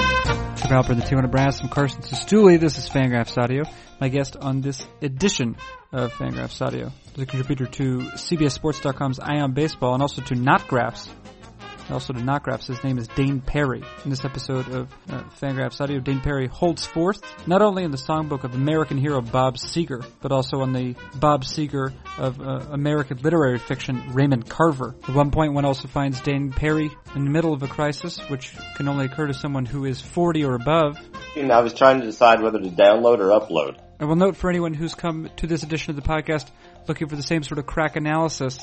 Patrick Alper, the 200 Brass. I'm Carson Sestouli. This is Fangraphs Audio. My guest on this edition of Fangraphs Audio is a contributor to CBSSports.com's Ion Baseball and also to NotGraphs. And also to NotGraphs. His name is Dane Perry. In this episode of uh, Fangraphs Audio, Dane Perry holds forth not only in the songbook of American hero Bob Seger, but also on the Bob Seger of uh, American literary fiction, Raymond Carver. At one point, one also finds Dane Perry in the middle of a crisis, which can only occur to someone who is 40 or above. And I was trying to decide whether to download or upload. I will note for anyone who's come to this edition of the podcast looking for the same sort of crack analysis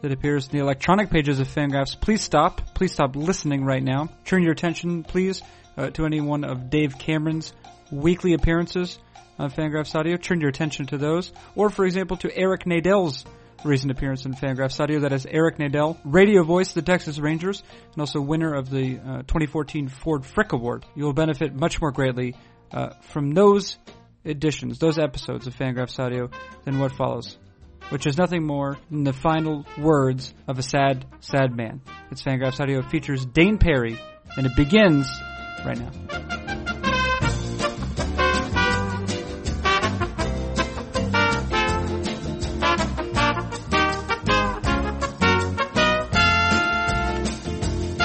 that appears in the electronic pages of Fangraphs, please stop. Please stop listening right now. Turn your attention, please, uh, to any one of Dave Cameron's weekly appearances on Fangraphs Audio. Turn your attention to those. Or, for example, to Eric Nadell's recent appearance in Fangraphs Audio. That is Eric Nadell, radio voice of the Texas Rangers, and also winner of the uh, 2014 Ford Frick Award. You will benefit much more greatly uh, from those editions, those episodes of Fangraphs Audio than what follows which is nothing more than the final words of a sad, sad man. It's Fangraphs Audio It features Dane Perry, and it begins right now.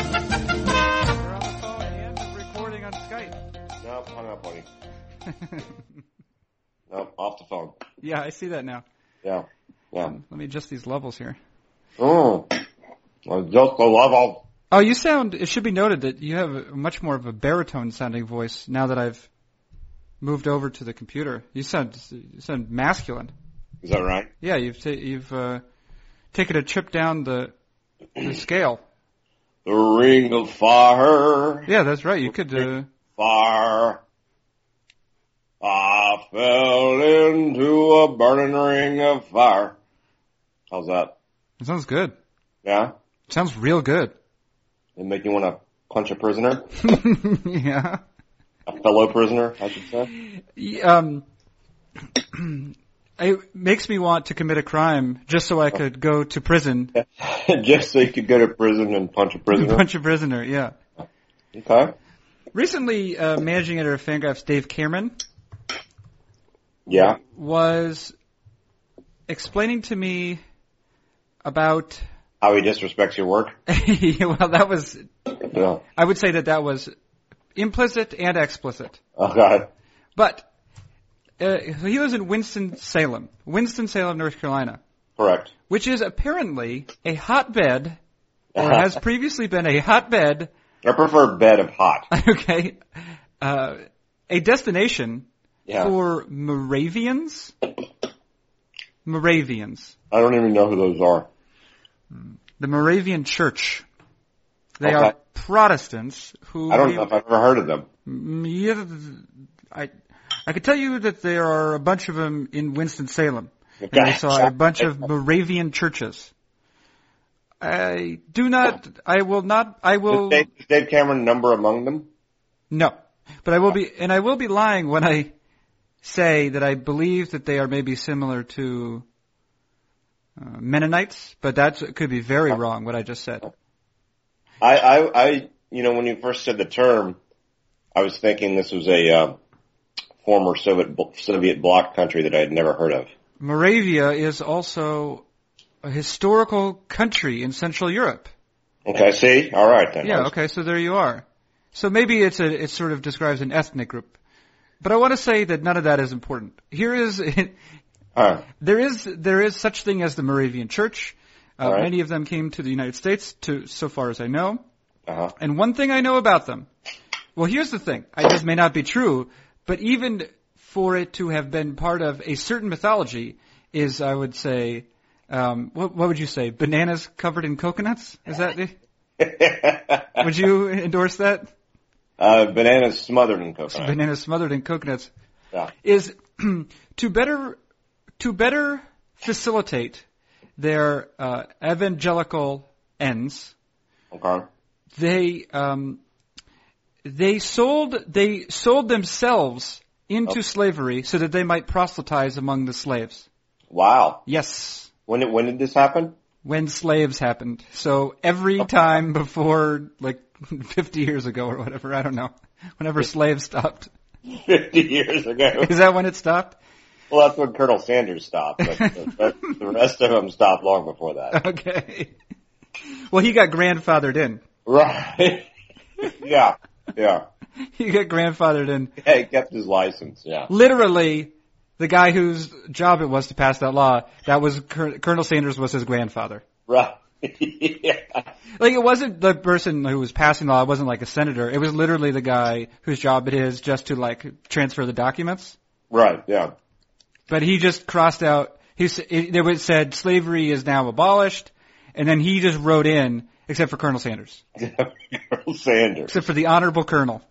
We're on the phone and recording on Skype. Nope, hung up on you. Nope, off the phone. Yeah, I see that now. Yeah, yeah. Um, let me adjust these levels here. Mm. Well, just the level. Oh, you sound. It should be noted that you have a- much more of a baritone sounding voice now that I've moved over to the computer. You sound you sound masculine. Is that right? Yeah, you've ta- you've uh, taken a trip down the the scale. The ring of fire, Yeah, that's right. You could. Uh, fire. I fell into a burning ring of fire. How's that? it sounds good. Yeah? It sounds real good. It make you want to punch a prisoner? yeah. A fellow prisoner, I should say? Y- Um. It makes me want to commit a crime just so Oh. I could go to prison, just so you could go to prison and punch a prisoner. punch a prisoner. Yeah. Okay. Recently, uh, managing editor of Fangraphs, Dave Cameron, Yeah. was explaining to me about. How he disrespects your work. well, that was. Yeah. I would say that that was implicit and explicit. Oh God. But uh, he lives in Winston Salem, Winston Salem, North Carolina, Correct. which is apparently a hotbed, or has previously been a hotbed. I prefer bed of hot. Okay, uh, a destination Yeah. for Moravians. Moravians, I don't even know who those are. the Moravian Church. They Okay. are Protestants who I don't know if I've ever heard of them. Mm, yeah, th- I I could tell you that there are a bunch of them in Winston Salem, and I saw a bunch of Moravian churches. I do not. I will not. I Is will Dave, is Dave Cameron number among them? no. But I will be, and I will be lying when I say that I believe that they are maybe similar to uh, Mennonites. But that could be very wrong. What I just said. I, I, I, you know, when you first said the term, I was thinking this was a uh, former Soviet bl- Soviet bloc country that I had never heard of. Moravia is also a historical country in Central Europe. Okay. See. All right then. I Yeah, was- okay, so there you are. So maybe it's a it sort of describes an ethnic group. But I want to say that none of that is important. Here is All right. there is there is such thing as the Moravian Church. Uh, All right. Many of them came to the United States, to so far as I know. Uh-huh. And one thing I know about them, well, here's the thing. I, this may not be true, but even for it to have been part of a certain mythology is, I would say, um, what, what would you say? Bananas covered in coconuts? Is that the, would you endorse that? uh, bananas smothered in coconut. banana smothered in coconuts Yeah. is to better to better facilitate their uh, evangelical ends. Okay. They um, they sold they sold themselves into slavery so that they might proselytize among the slaves. Wow. Yes, When did when did this happen? when slaves happened. So every time before like 50 years ago or whatever, I don't know. Whenever slaves stopped. 50 years ago. Is that when it stopped? Well, that's when Colonel Sanders stopped, but the, rest- the rest of them stopped long before that. Okay. Well, he got grandfathered in. Right. yeah. Yeah. He got grandfathered in. Yeah, he kept his license. Yeah. Literally, the guy whose job it was to pass that law, that was Col- Colonel Sanders was his grandfather. Right. yeah. Like it wasn't the person who was passing the law. It wasn't like a senator. It was literally the guy whose job it is just to like transfer the documents. Right. Yeah. But he just crossed out. He s- it, there was said slavery is now abolished, and then he just wrote in, except for Colonel Sanders, Colonel Sanders. except for the honorable Colonel.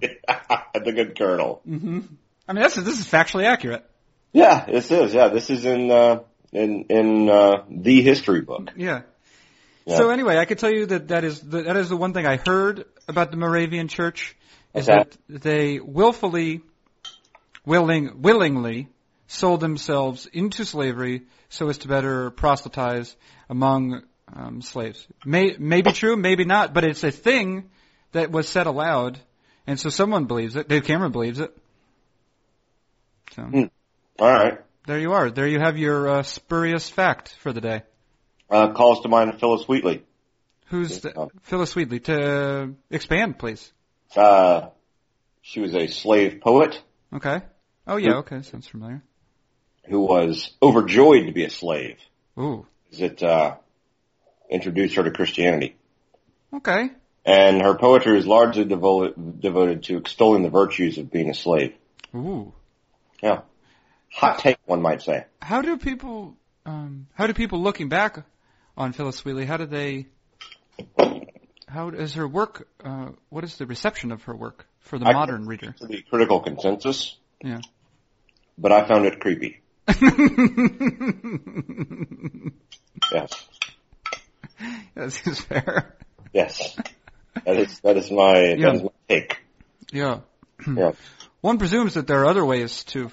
the good Colonel. I mean, that's this is factually accurate. Yeah, this is. Yeah, this is in uh, in in uh, the history book. Yeah. Yeah. So anyway, I could tell you that that is the, that is the one thing I heard about the Moravian Church is Okay. that they willfully, willing, willingly sold themselves into slavery so as to better proselytize among um, slaves. May may be true, maybe not, but it's a thing that was said aloud, and so someone believes it. Dave Cameron believes it. So All right. there you are. There you have your uh, spurious fact for the day. Uh, calls to mind Phyllis Wheatley. Who's the, Um, Phyllis Wheatley? To expand, please. Uh, she was a slave poet Okay. Oh yeah. Okay. Sounds familiar. who was overjoyed to be a slave. Ooh. Is it uh, introduced her to Christianity? Okay. And her poetry is largely devo- devoted to extolling the virtues of being a slave. Ooh. Hot take, one might say. How do people? Um, how do people looking back on Phyllis Wheatley? How do they? How is her work? Uh, what is the reception of her work for the I- modern reader? To the critical consensus. Yeah. But I found it creepy. that Yes. seems fair. Yes. That is that is my Yeah. that is my take. Yeah. Hmm. Yeah. One presumes that there are other ways to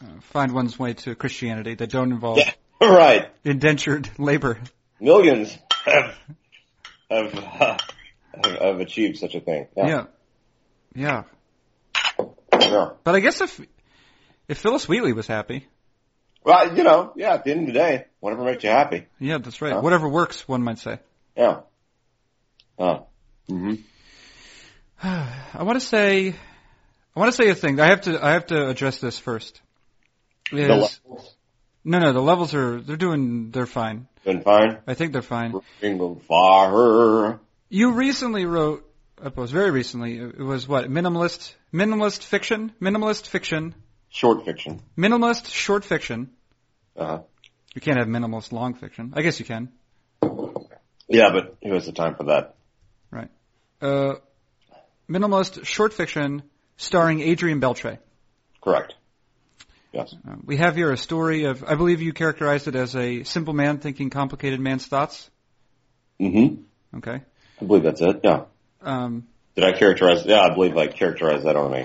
uh, find one's way to Christianity that don't involve Yeah. All right. indentured labor. Millions have have, uh, have have achieved such a thing. Yeah. Yeah. Yeah. Yeah. But I guess if if Phyllis Wheatley was happy, Well, you know, yeah. At the end of the day, whatever makes you happy. yeah, that's right. Huh? Whatever works, one might say. Yeah. Uh, hmm I want to say, I want to say a thing. I have to, I have to address this first. Is- The levels no, no, the levels are they're doing they're fine. been fine. I think they're fine. Ring of fire. You recently wrote a post, very recently. It was what minimalist, minimalist fiction, minimalist fiction, Short fiction. minimalist short fiction. Uh, You can't have minimalist long fiction. I guess you can. yeah, but who has the time for that? Uh, minimalist short fiction starring Adrian Beltre. Correct. Yes. Uh, we have here a story of, I believe you characterized it as a simple man thinking complicated man's thoughts. hmm Okay. I believe that's it. Yeah. Um, Did I characterize? Yeah, I believe I characterized that on a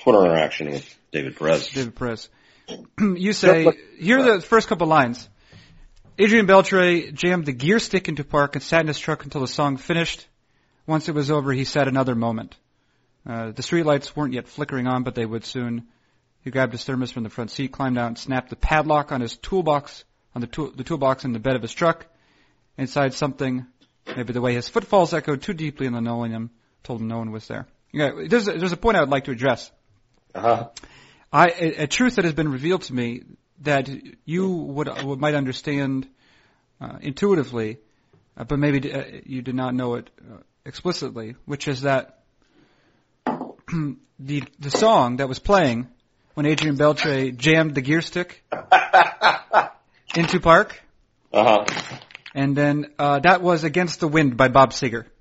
Twitter interaction with David Perez. David Perez. you say, Yep, here are the first couple lines. Adrian Beltre jammed the gear stick into Park and sat in his truck until the song finished. Once it was over, he sat another moment. Uh, the streetlights weren't yet flickering on, but they would soon. He grabbed his thermos from the front seat, climbed out, and snapped the padlock on his toolbox, on the, tool, the toolbox in the bed of his truck. Inside something, maybe the way his footfalls echoed too deeply in linoleum, told him no one was there. Yeah, there's, a, there's a point I would like to address. Uh-huh. I a, a truth that has been revealed to me that you would, would might understand uh, intuitively, uh, but maybe uh, you did not know it uh, explicitly, which is that the the song that was playing when Adrian Beltre jammed the gear stick into Park, Uh-huh. and then uh, that was "Against the Wind" by Bob Seger.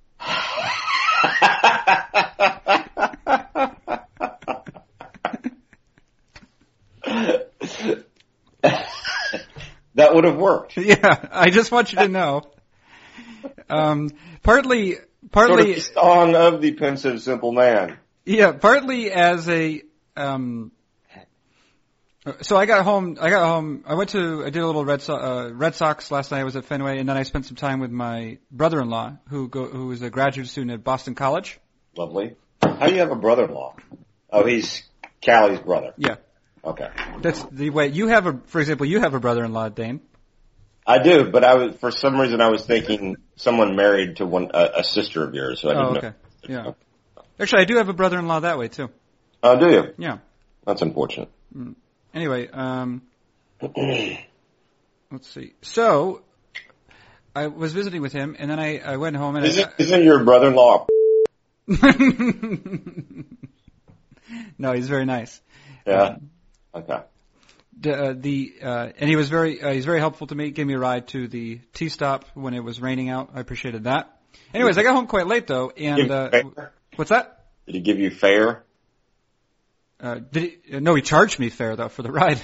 That would have worked. yeah, I just want you to know. Um, partly, Sort of partly. the song of the pensive simple man. Yeah, partly as a um. So I got home. I got home. I went to. I did a little Red so- uh, Red Sox last night. I was at Fenway, and then I spent some time with my brother-in-law, who go, who is a graduate student at Boston College. Lovely. How do you have a brother-in-law? Oh, he's Callie's brother. Yeah. Okay. That's the way you have a, for example, you have a brother-in-law, Dane. I do, but I was, for some reason I was thinking someone married to one, a, a sister of yours, so I didn't Oh, know. okay. Yeah. Actually, I do have a brother-in-law that way too. Oh, do you? Yeah. That's unfortunate. Anyway, um, let's see. So, I was visiting with him, and then I, I went home and Isn't, I, isn't your brother-in-law? no, he's very nice. a- Yeah. Okay. the, uh, the uh, and he was very uh, he's very helpful to me. Gave me a ride to the T stop when it was raining out. I appreciated that. Anyways, I got home quite late though, Give and you uh, fair? what's that? Did he give you fair? Uh, did he, uh, no, he charged me fair though for the ride.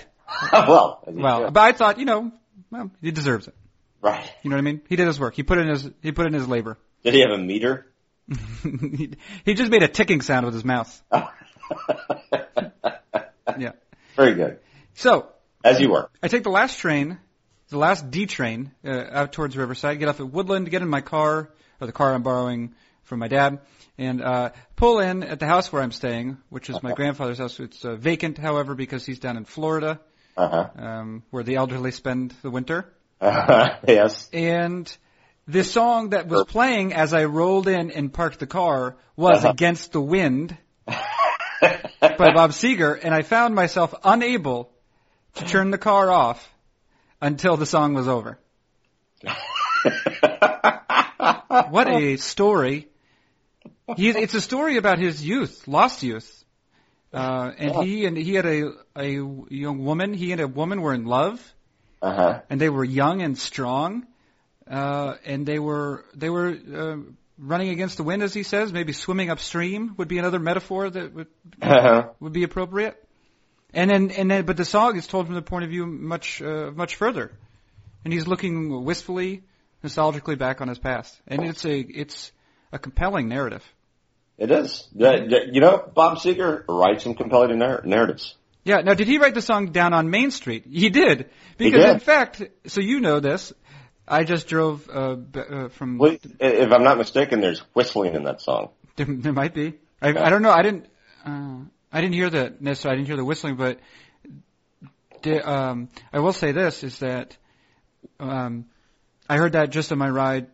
well, as he Well, should. but I thought you know, well, he deserves it. right. You know what I mean? He did his work. He put in his he put in his labor. Did he have a meter? he, he just made a ticking sound with his mouth. Yeah. Very good. So As you were. I take the last train, the last D train uh, out towards Riverside. Get off at Woodland, get in my car or the car I'm borrowing from my dad, and uh, pull in at the house where I'm staying, which is my grandfather's house. It's uh, vacant, however, because he's down in Florida, Uh um, where the elderly spend the winter. huh. yes. And the song that was playing as I rolled in and parked the car was Uh-huh. "Against the Wind" by Bob Seger, and I found myself unable to turn the car off until the song was over. What Oh. a story! He, it's a story about his youth, lost youth, uh, and he and he had a a young woman. He and a woman were in love, Uh huh. and they were young and strong, uh, and they were they were uh, running against the wind, as he says. Maybe swimming upstream would be another metaphor that would Uh huh. would be appropriate. And then, and then, but the song is told from the point of view much, uh, much further. And he's looking wistfully, nostalgically back on his past. And it's a, it's a compelling narrative. It is. That- that- You know, Bob Seger writes some compelling narr- narratives. Yeah. Now, did he write the song down on Main Street? He did. Because did. in fact, so you know this, I just drove, uh, b- uh from, Well, If I'm not mistaken, there's whistling in that song. there, there might be. I, I don't know. I didn't, uh, I didn't hear the, necessarily, I didn't hear the whistling, but, the, um, I will say this is that, um, I heard that just on my ride.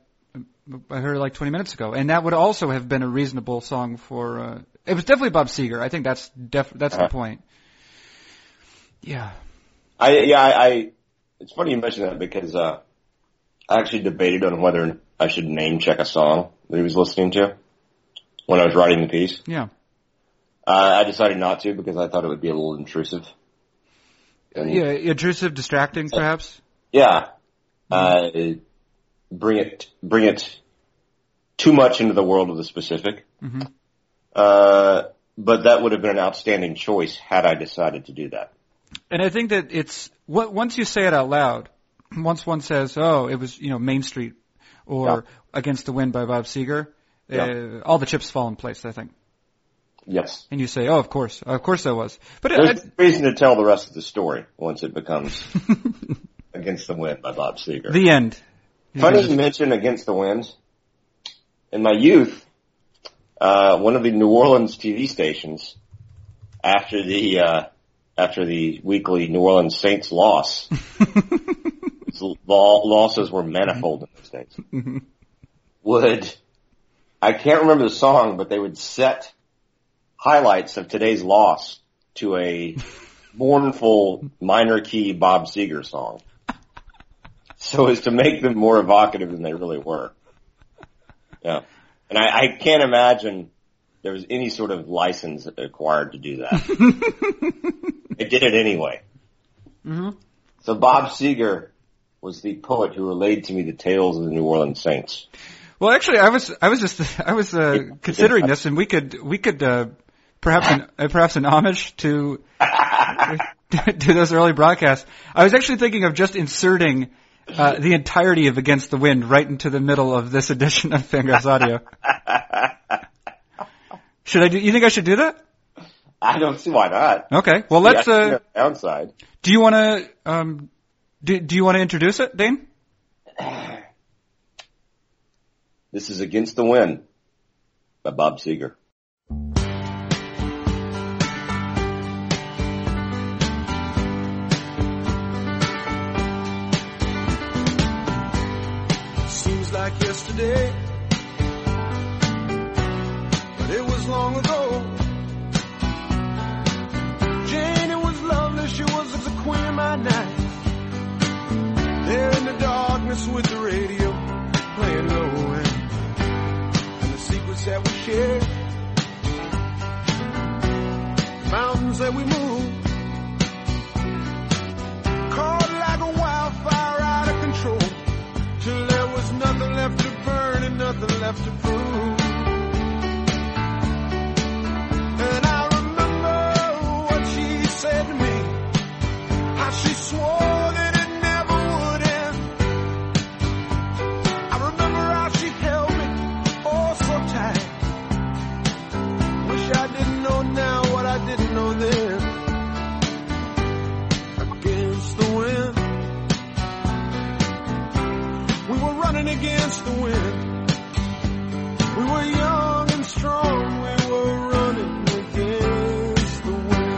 I heard it like 20 minutes ago, and that would also have been a reasonable song for. Uh, it was definitely Bob Seger. I think that's def- that's the Uh-huh. point. Yeah, I yeah I, I it's funny you mentioned that because uh I actually debated on whether I should name check a song that he was listening to when I was writing the piece. yeah. Uh, I decided not to because I thought it would be a little intrusive. And, yeah, intrusive, distracting, perhaps. yeah. Mm-hmm. Uh, bring it bring it too much into the world of the specific. Mhm. Uh, but that would have been an outstanding choice had I decided to do that. And I think that it's what once you say it out loud, once one says, "Oh, it was you know Main Street," or "Against the Wind" by Bob Seger, uh, all the chips fall in place. I think, Yes. and you say, "Oh, of course, of course, I was." But it, There's reason to tell the rest of the story once it becomes Against the Wind by Bob Seger. the end. Funny you mention Against the Wind. In my youth, uh, one of the New Orleans TV stations, after the uh, after the weekly New Orleans Saints loss, its lo- losses were manifold in those days. Would I can't remember the song, but they would set highlights of today's loss to a mournful minor key Bob Seger song so as to make them more evocative than they really were. Yeah. And I, I can't imagine there was any sort of license acquired to do that. they did it anyway. Mhm. So Bob Seger was the poet who relayed to me the tales of the New Orleans Saints. Well, actually, I was I was just I was uh, considering this, and we could we could uh, perhaps an, uh, perhaps an homage to to those early broadcasts. I was actually thinking of just inserting uh, the entirety of Against the Wind right into the middle of this edition of Fangraphs Audio. Should I do? You think I should do that? I don't see why not. Okay. Well, let's. Yeah, I see Uh, no downside. do you want to um, do Do you want to introduce it, Dane? This is Against the Wind by Bob Seger. yesterday. But it was long ago. Janie was lovely, she was the queen of my night. There in the darkness with the radio playing low and, and the secrets that we shared. Mountains that we moved. Caught like a wildfire out of control. Till there was nothing left to burn and nothing left to prove. And I remember what she said to me. How she swore that it never would end. I remember how she held me oh so tight. Wish I didn't know now what I didn't know then. Against the wind. We were running against the wind. We were young and strong. We were running against the wind.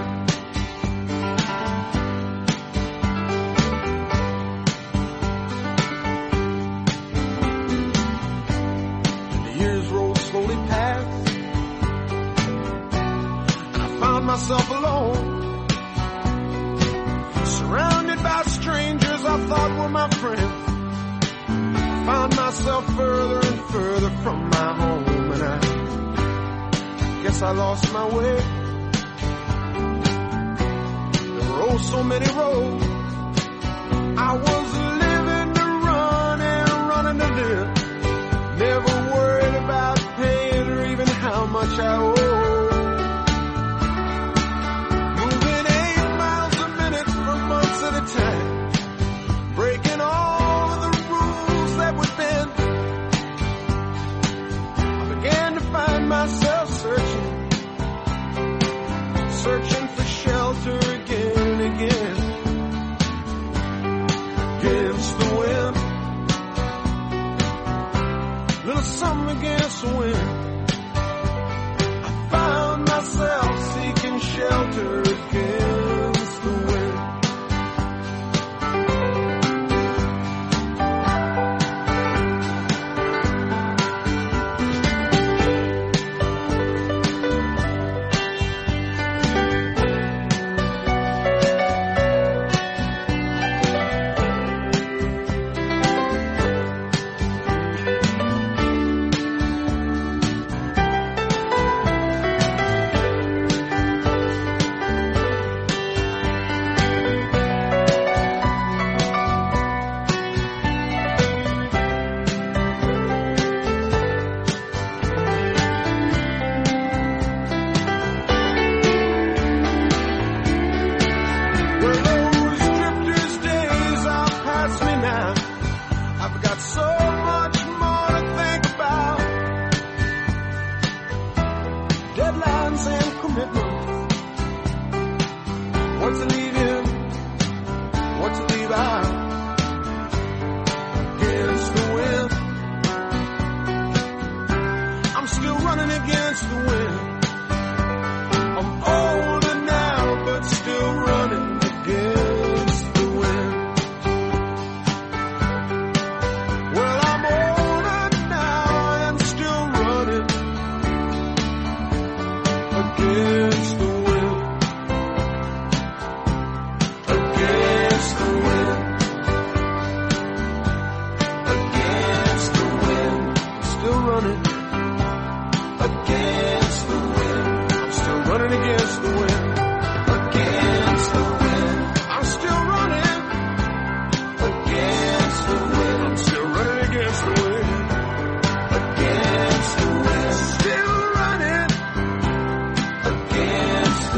And the years rolled slowly past. And I found myself alone. Surrounded by strangers I thought were my friends. Found myself further and further from my home. And I guess I lost my way. There were oh so many roads. I was living to run and running to live. Never worried about paying or even how much I owe. Moving eight miles a minute for months at a time. Breaking all of the rules that would bend. I began to find myself searching. Searching for shelter again and again. Against the wind little something against the wind. I found myself seeking shelter against the wind. Well, those drifters' days are past me now. I've got so much more to think about. Deadlines and commitments. What to leave in, what to leave out. Against the wind. I'm still running against the wind. I'm older now, but still running against the wind. Well, I'm older now and still running against the wind. Against the wind. Against the wind. I'm still running against the wind. I'm still running against the wind. Against the wind. I'm still running against the wind. I'm still running against the wind. Against the wind. Still running against the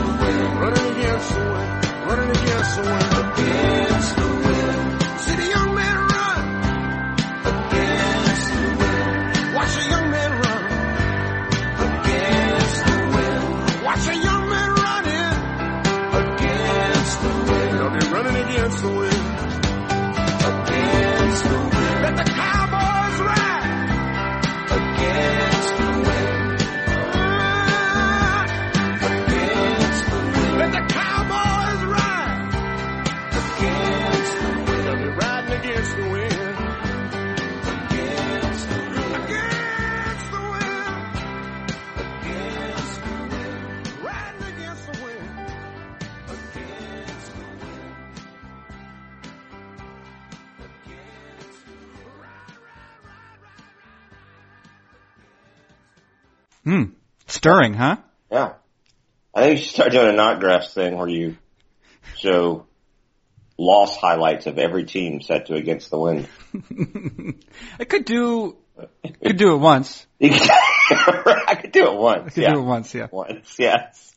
wind. Running against the wind. Running against the wind. Against the wind. See the young man run against the wind. Watch a young man run against the wind. Watch a young man running against the wind. I'll be running against the wind. Against the wind. Let the cowboys ride against the wind. Against the wind. Let the cowboys ride against Hmm. Stirring, huh? Yeah. I think you should start doing a not graphs thing where you show loss highlights of every team set to against the wind. I could do could do it once. You could- I could do it I once. could yeah. do it once, yeah. Once, yes.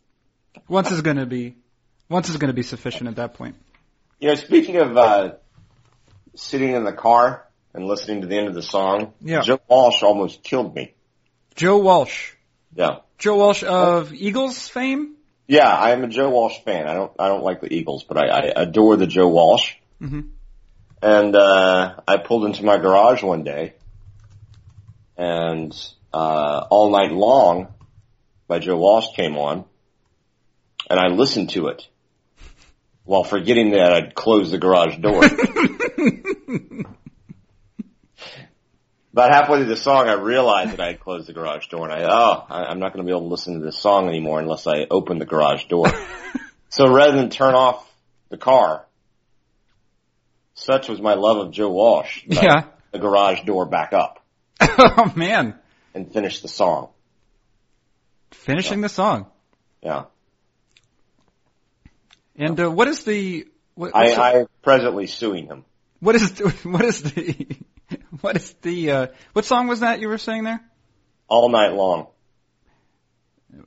Once is gonna be once is gonna be sufficient at that point. You know, speaking of uh, sitting in the car and listening to the end of the song, Yeah. Joe Walsh almost killed me. Joe Walsh. Yeah. Joe Walsh of Eagles fame? Yeah, I am a Joe Walsh fan. I don't I don't like the Eagles, but I, I adore the Joe Walsh. Mhm. And uh, I pulled into my garage one day, and uh, all night long, by Joe Walsh came on, and I listened to it while forgetting that I'd closed the garage door. About halfway through the song, I realized that I had closed the garage door, and I oh, I, I'm not going to be able to listen to this song anymore unless I open the garage door. so rather than turn off the car, such was my love of Joe Walsh, that I Yeah. opened the garage door back up oh man. and finished the song. Finishing the song. Yeah, And uh, what is the what, I, what's the- I'm presently suing him. what is the, what is the what is the uh, what song was that you were saying there? all night long.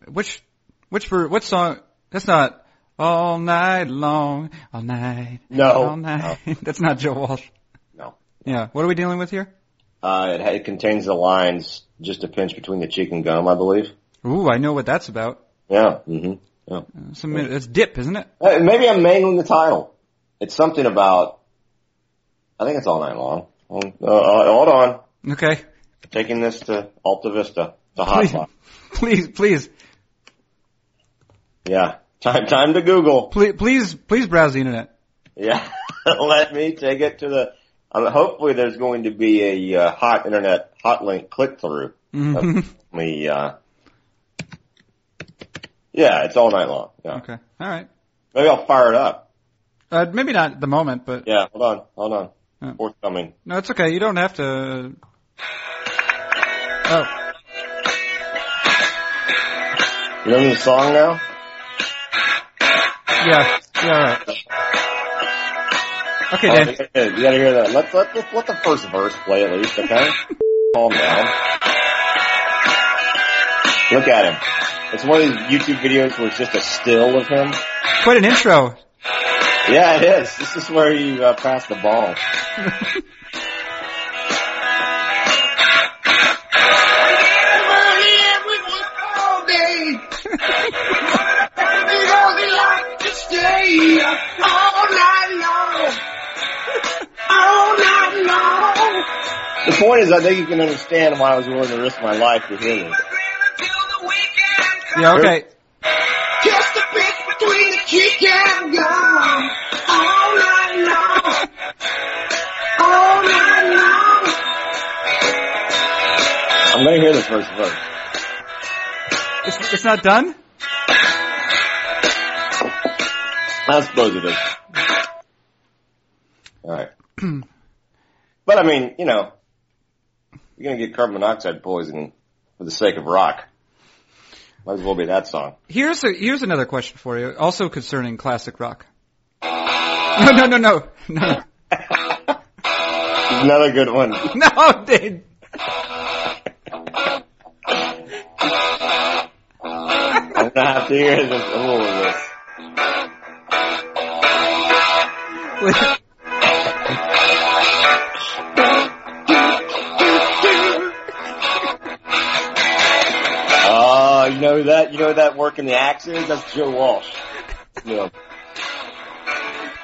Which which for what song? That's not all night long, all night, No. all night. That's not Joe Walsh. No. Yeah. What are we dealing with here? Uh, it, ha- it contains the lines just a pinch between the cheek and gum, I believe. Ooh, I know what that's about. Uh, Yeah. hmm Some it's dip, isn't it? Uh, maybe I'm mangling the title. It's something about. I think it's all night long. Um, Uh, uh, hold on, Okay. taking this to Alta Vista, the hot Please, spot. please, please, Yeah. Time, time to Google. please, please, please browse the internet. Yeah. Let me take it to the. Um, hopefully, there's going to be a uh, hot internet hot link click through. Oh, Mhm. me uh yeah it's all night long yeah Okay. All right. maybe i'll fire it up Uh, maybe not at the moment, but yeah hold on hold on Yeah. forthcoming no, it's okay. You don't have to. Oh, you know the song now yeah, yeah, all right. Okay, Oh, Dan. you gotta you gotta hear that let's let, let, let the first verse play at least okay calm down look at him it's one of these youtube videos where it's just a still of him Quite an intro. yeah it is this is where you uh, pass the ball the point is i think you can understand why i was willing to risk my life to hear this Yeah, okay. Just a bit between the cheek and gum. All night long. All night long. i'm gonna hear the first verse It's, it's not done? I suppose it is. Alright. but I mean, you know, you're gonna get carbon monoxide poisoning for the sake of rock. Might as well be that song. Here's a, here's another question for you, also concerning classic rock. No, no, no, no, no, Another good one. no, Dave. I'm gonna have to hear this. All of this. Please. Oh, you know that? You know that work in the axe is? That's Joe Walsh. Yeah.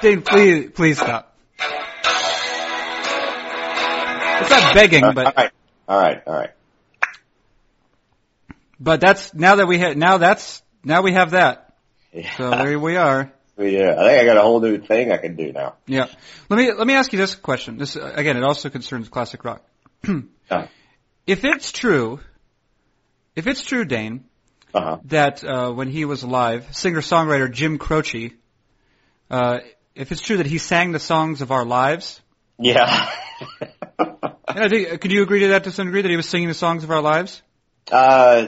Dave, please, please stop. It's not begging, but Alright. Alright, alright. but that's now that we have now that's now we have that. So there we are. yeah, I think I got a whole new thing I can do now. Yeah. Let me let me ask you this question. This uh, again, it also concerns classic rock. Yeah. If it's true, if it's true, Dane, Uh huh. that uh, when he was alive, singer-songwriter Jim Croce, uh, if it's true that he sang the songs of our lives, Yeah. uh, and I think, could you agree to that to some degree that he was singing the songs of our lives? uh,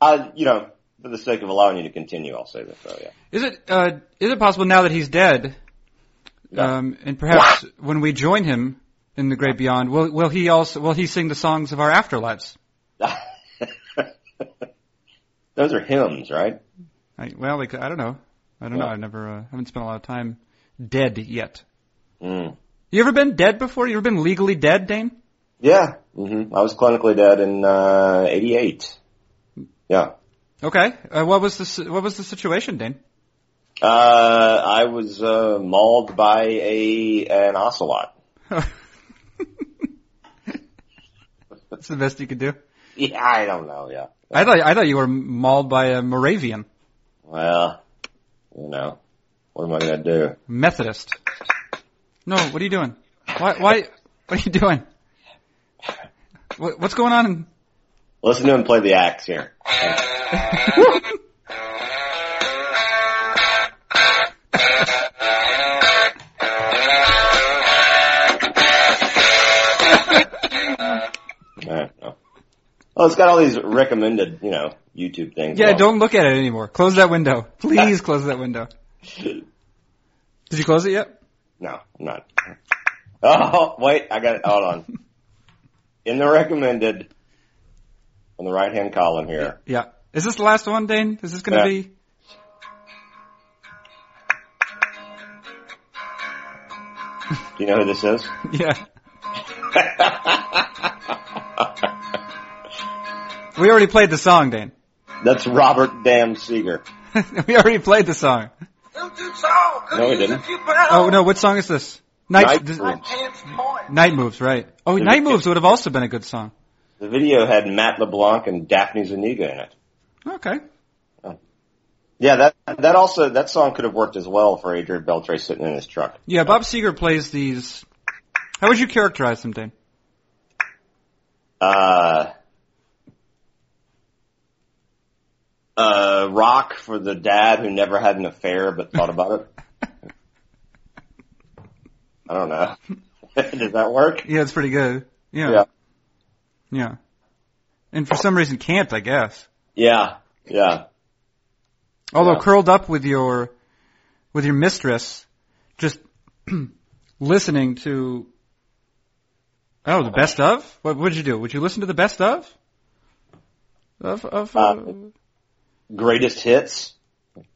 I, you know, for the sake of allowing you to continue, I'll say this though. Yeah. Is it uh, is it possible now that he's dead, No. um, and perhaps when we join him in the great beyond, will will he also will he sing the songs of our afterlives? Those are hymns, right? I, well, we could, I don't know. I don't know. Yeah. I never uh, haven't spent a lot of time dead yet. Mm. You ever been dead before? You ever been legally dead, Dane? Yeah. hmm I was clinically dead in uh, '88. Yeah. Okay. Uh, what was the si- what was the situation, Dane? Uh, I was uh, mauled by a an ocelot. That's the best you could do. Yeah, I don't know. Yeah. I thought I thought you were mauled by a Moravian Well, you know, what am I gonna do? Methodist. No, what are you doing? Why? Why? What are you doing? What, what's going on? Listen to him play the axe here. I don't know. Oh, it's got all these recommended, you know, YouTube things. yeah, Well, don't look at it anymore. Close that window, please. Close that window. Did you close it yet? No, I'm not. Oh, wait, I got it. Hold on. In the recommended, on the right hand column here. Yeah. Is this the last one, Dane? Is this going to Yeah. be? Do you know who this is? Yeah. We already played the song, Dane. That's Robert Dam Seeger. we already played the song. No, we didn't. Oh no, what song is this? Night. Night this- Moves. Night moves, right? Oh, Yeah, night yeah. moves would have also been a good song. The video had Matt LeBlanc and Daphne Zuniga in it. Okay. Yeah, that that also that song could have worked as well for Adrian Beltre sitting in his truck. Yeah, Bob Seger plays these. How would you characterize them, Dane? Uh, uh, rock for the dad who never had an affair but thought about it. I don't know. Does that work? Yeah, it's pretty good. Yeah. Yeah. Yeah. And for some reason can't, I guess. Yeah, yeah. Although Yeah. curled up with your, with your mistress, just listening to, oh, the best of? What would you do? Would you listen to the best of? Of, of, uh, Uh, Greatest hits.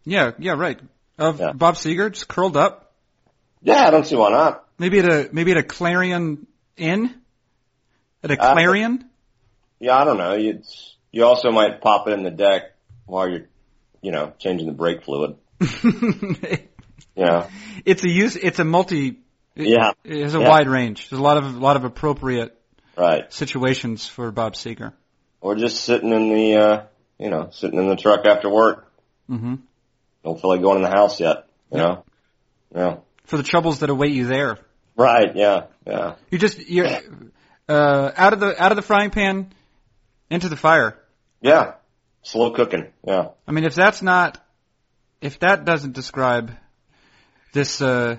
yeah, yeah, right. Of yeah. Bob Seger, just curled up. Yeah, I don't see why not. Maybe at a, maybe at a Clarion Inn? At a Uh, Clarion? Yeah, I don't know. You you also might pop it in the deck while you're, you know, changing the brake fluid. Yeah, it's a use. It's a multi. It, Yeah. It has a Yeah. wide range. There's a lot of a lot of appropriate right. situations for Bob Seger. Or just sitting in the, uh, you know, sitting in the truck after work. hmm Don't feel like going in the house yet. You know? Yeah. For the troubles that await you there, Right, yeah, yeah. you just you're uh, out of the out of the frying pan into the fire. Yeah. Slow cooking. Yeah. I mean, if that's not if that doesn't describe this uh,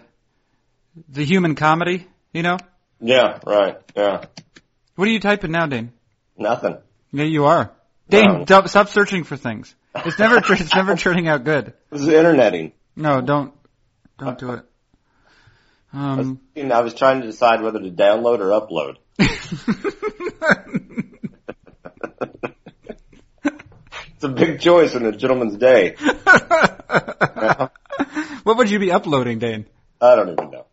the human comedy, you know, Yeah, right. Yeah. what are you typing now, Dane? Nothing. Yeah, you are. Dane, No. stop, stop searching for things. It's never tr- it's never turning out good. This is interneting. No, don't don't do it. Um, You know, I was trying to decide whether to download or upload. It's a big choice in a gentleman's day. what would you be uploading, Dane? I don't even know.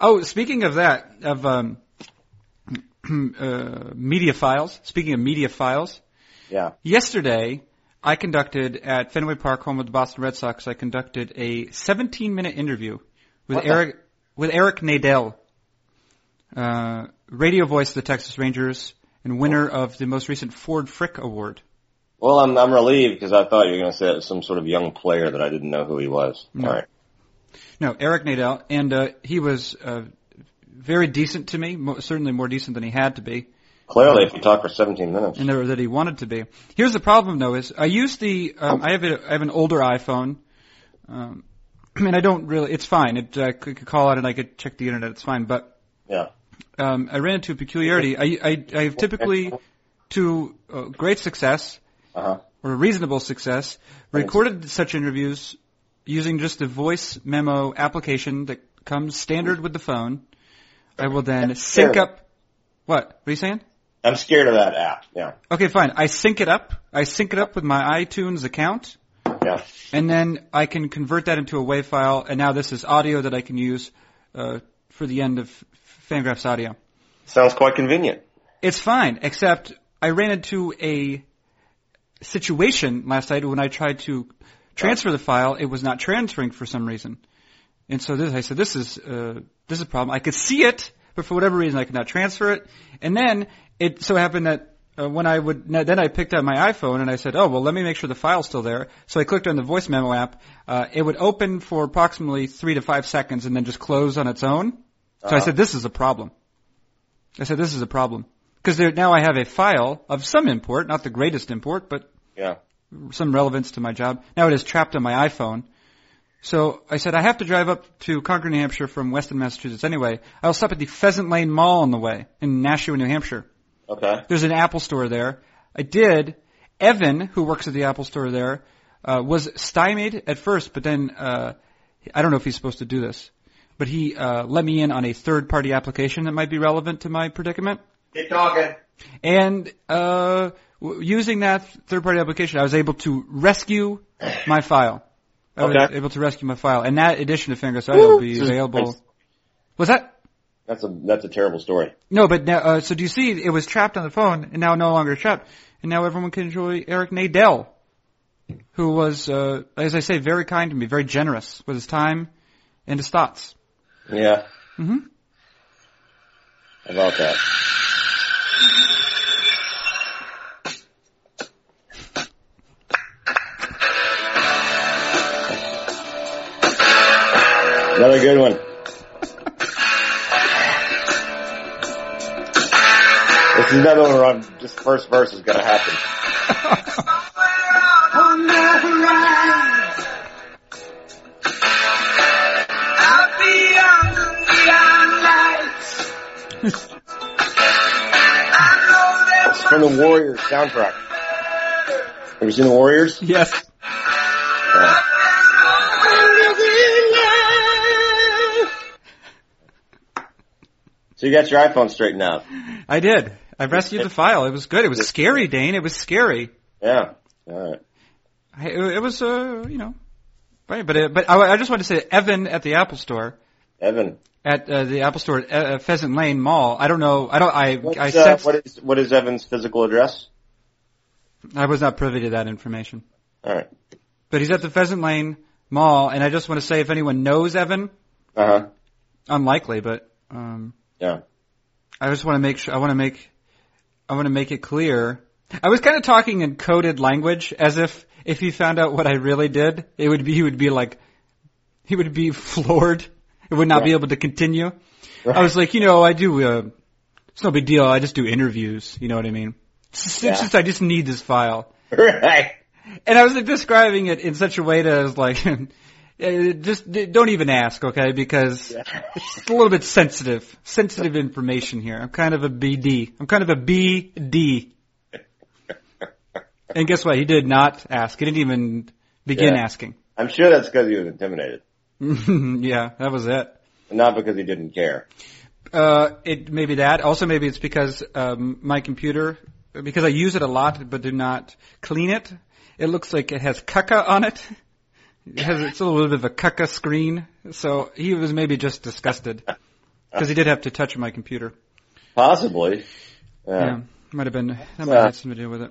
Oh, speaking of that, of um, uh, media files. Speaking of media files, Yeah. yesterday I conducted at Fenway Park, home of the Boston Red Sox. I conducted a 17-minute interview with What the- Eric with Eric Nadell, uh, radio voice of the Texas Rangers and winner Oh. of the most recent Ford Frick Award. Well, I'm, I'm relieved because I thought you were going to say it was some sort of young player that I didn't know who he was. No. All right. No, Eric Nadel, and uh, he was uh, very decent to me, mo- certainly more decent than he had to be, Clearly, if you talk for 17 minutes. and or that he wanted to be. Here's the problem, though: is I use the um, I have a, I have an older iPhone, um, and I don't really. It's fine. It, I could could call out and I could check the internet. It's fine, but Yeah. um, I ran into a peculiarity. I I, I have typically, to uh, great success, Uh-huh. or reasonable success, recorded such interviews using just the voice memo application that comes standard with the phone. I will then sync Sure. up. What? What are you saying? I'm scared of that app. Yeah. Okay, fine. I sync it up. I sync it up with my iTunes account, Yeah. and then I can convert that into a WAV file. And now this is audio that I can use uh, for the end of Fangraphs audio. Sounds quite convenient. It's fine, except I ran into a situation last night when I tried to transfer the file. It was not transferring for some reason, and so this I said, "This is uh, this is a problem." I could see it, but for whatever reason, I could not transfer it. And then it so happened that uh, when I would now, then I picked up my iPhone and I said, "Oh well, let me make sure the file's still there." So I clicked on the voice memo app. Uh, it would open for approximately three to five seconds and then just close on its own. So I Uh-huh. said, "This is a problem." I said, "This is a problem." Because there, now I have a file of some import, not the greatest import, but Yeah. some relevance to my job. Now it is trapped on my iPhone. So I said, I have to drive up to Concord, New Hampshire from Weston, Massachusetts anyway. I'll stop at the Pheasant Lane Mall on the way in Nashua, New Hampshire. Okay. There's an Apple store there. I did. Evan, who works at the Apple store there, uh, was stymied at first, but then uh, I don't know if he's supposed to do this, but he uh, let me in on a third-party application that might be relevant to my predicament. Keep talking. And uh, w- using that third-party application, I was able to rescue my file. I was Okay. able to rescue my file, and that edition of Fangraphs Audio will be This is available. nice. Was that? That's a that's a terrible story. No, but now, uh, so do you see? It was trapped on the phone, and now no longer trapped, and now everyone can enjoy Eric Nadell, who was, uh, as I say, very kind to me, very generous with his time and his thoughts. Yeah. hmm How About that. Another good one. This is another one where I'm- this first verse is gonna happen. on the horizon. Out beyond the neon lights. I know that It's from the Warriors soundtrack. Have you seen the Warriors? Yes. Yeah. So you got your iPhone straightened out. I did. I rescued the file. It was good. It was scary, Dane. It was scary. Yeah. All right. I, it was, uh, you know, right. But it, but I, I just want to say, Evan at the Apple Store, Evan, at uh, the Apple Store at uh, Pheasant Lane Mall. I don't know. I don't. I what's, I uh, sensed, what is what is Evan's physical address? I was not privy to that information. All right. But he's at the Pheasant Lane Mall, and I just want to say, if anyone knows Evan, Uh huh. unlikely, but um, Yeah. I just want to make sure. I want to make. I want to make it clear. I was kind of talking in coded language, as if if he found out what I really did, it would be he would be like, he would be floored. It would not be Right. able to continue. I was like, you know, I do. Uh, it's no big deal. I just do interviews. You know what I mean? It's just, it's Yeah. just I just need this file. right. And I was like, describing it in such a way that I was like, eh, just d- don't even ask, okay? Because it's a little bit sensitive, sensitive information here. I'm kind of a BD. I'm kind of a BD. And guess what? He did not ask. He didn't even begin Yeah. asking. I'm sure that's because he was intimidated, yeah, that was it. and not because he didn't care. Uh, it maybe that. Also, maybe it's because um, my computer, because I use it a lot but do not clean it. It looks like it has caca on it. It has it's a little bit of a caca screen. So he was maybe just disgusted because he did have to touch my computer. Possibly. Yeah. Yeah, might have been that might Yeah. have something to do with it.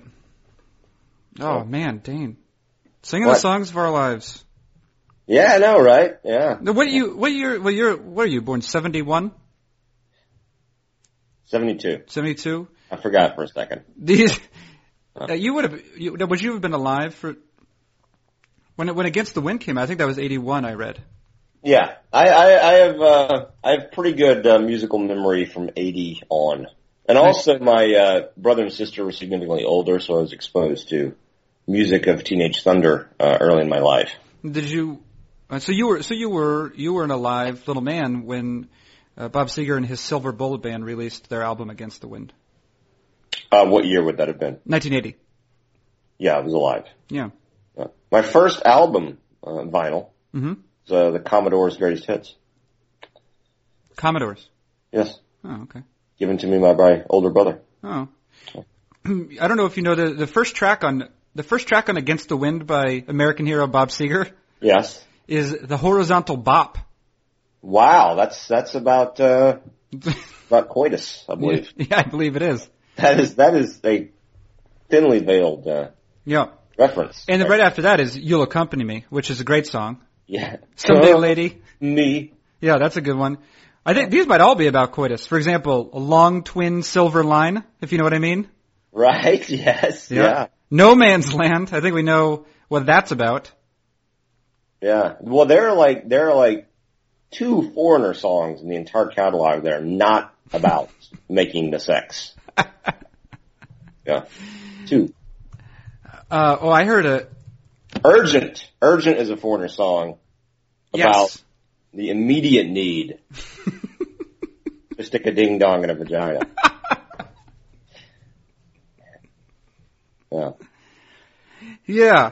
Oh So- man, Dane, singing What? the songs of our lives. Yeah, I know, right? Yeah. Now, What you what year? Well, you're what are you born? Seventy one, 72. seventy two. I forgot for a second. These, uh, you would have, you, would you have been alive for when it, when Against the Wind came out? I think that was eighty one. I read. Yeah, I, I, I have uh, I have pretty good uh, musical memory from '80 on, and also my uh, brother and sister were significantly older, so I was exposed to music of Teenage Thunder uh, early in my life. Did you? Uh, so you were, so you were, you were an alive little man when uh, Bob Seger and his Silver Bullet Band released their album Against the Wind, Uh, what year would that have been? nineteen eighty. Yeah, I was alive. Yeah. Yeah. My first album uh, vinyl hmm was uh, the Commodore's Greatest Hits. Commodores. Yes, Oh, okay. given to me by my older brother. Oh. I don't know if you know the the first track on the first track on Against the Wind by American hero Bob Seger Yes. is the horizontal bop. Wow, that's that's about uh, about coitus, I believe. yeah, I believe it is. That is that is a thinly veiled uh, Yeah. reference. And then right after that is You'll Accompany Me, which is a great song. yeah, Someday Come Lady. me. Yeah, that's a good one. I think these might all be about coitus. For example, a long twin silver line, if you know what I mean. Right? Yes. Yeah. No man's land. I think we know what that's about. Yeah. Well, there are like there are like two foreigner songs in the entire catalog that are not about making the sex. Yeah. Two. Uh, oh, I heard a Urgent. Urgent is a foreigner song about yes. the immediate need to stick a ding dong in a vagina. yeah. Yeah.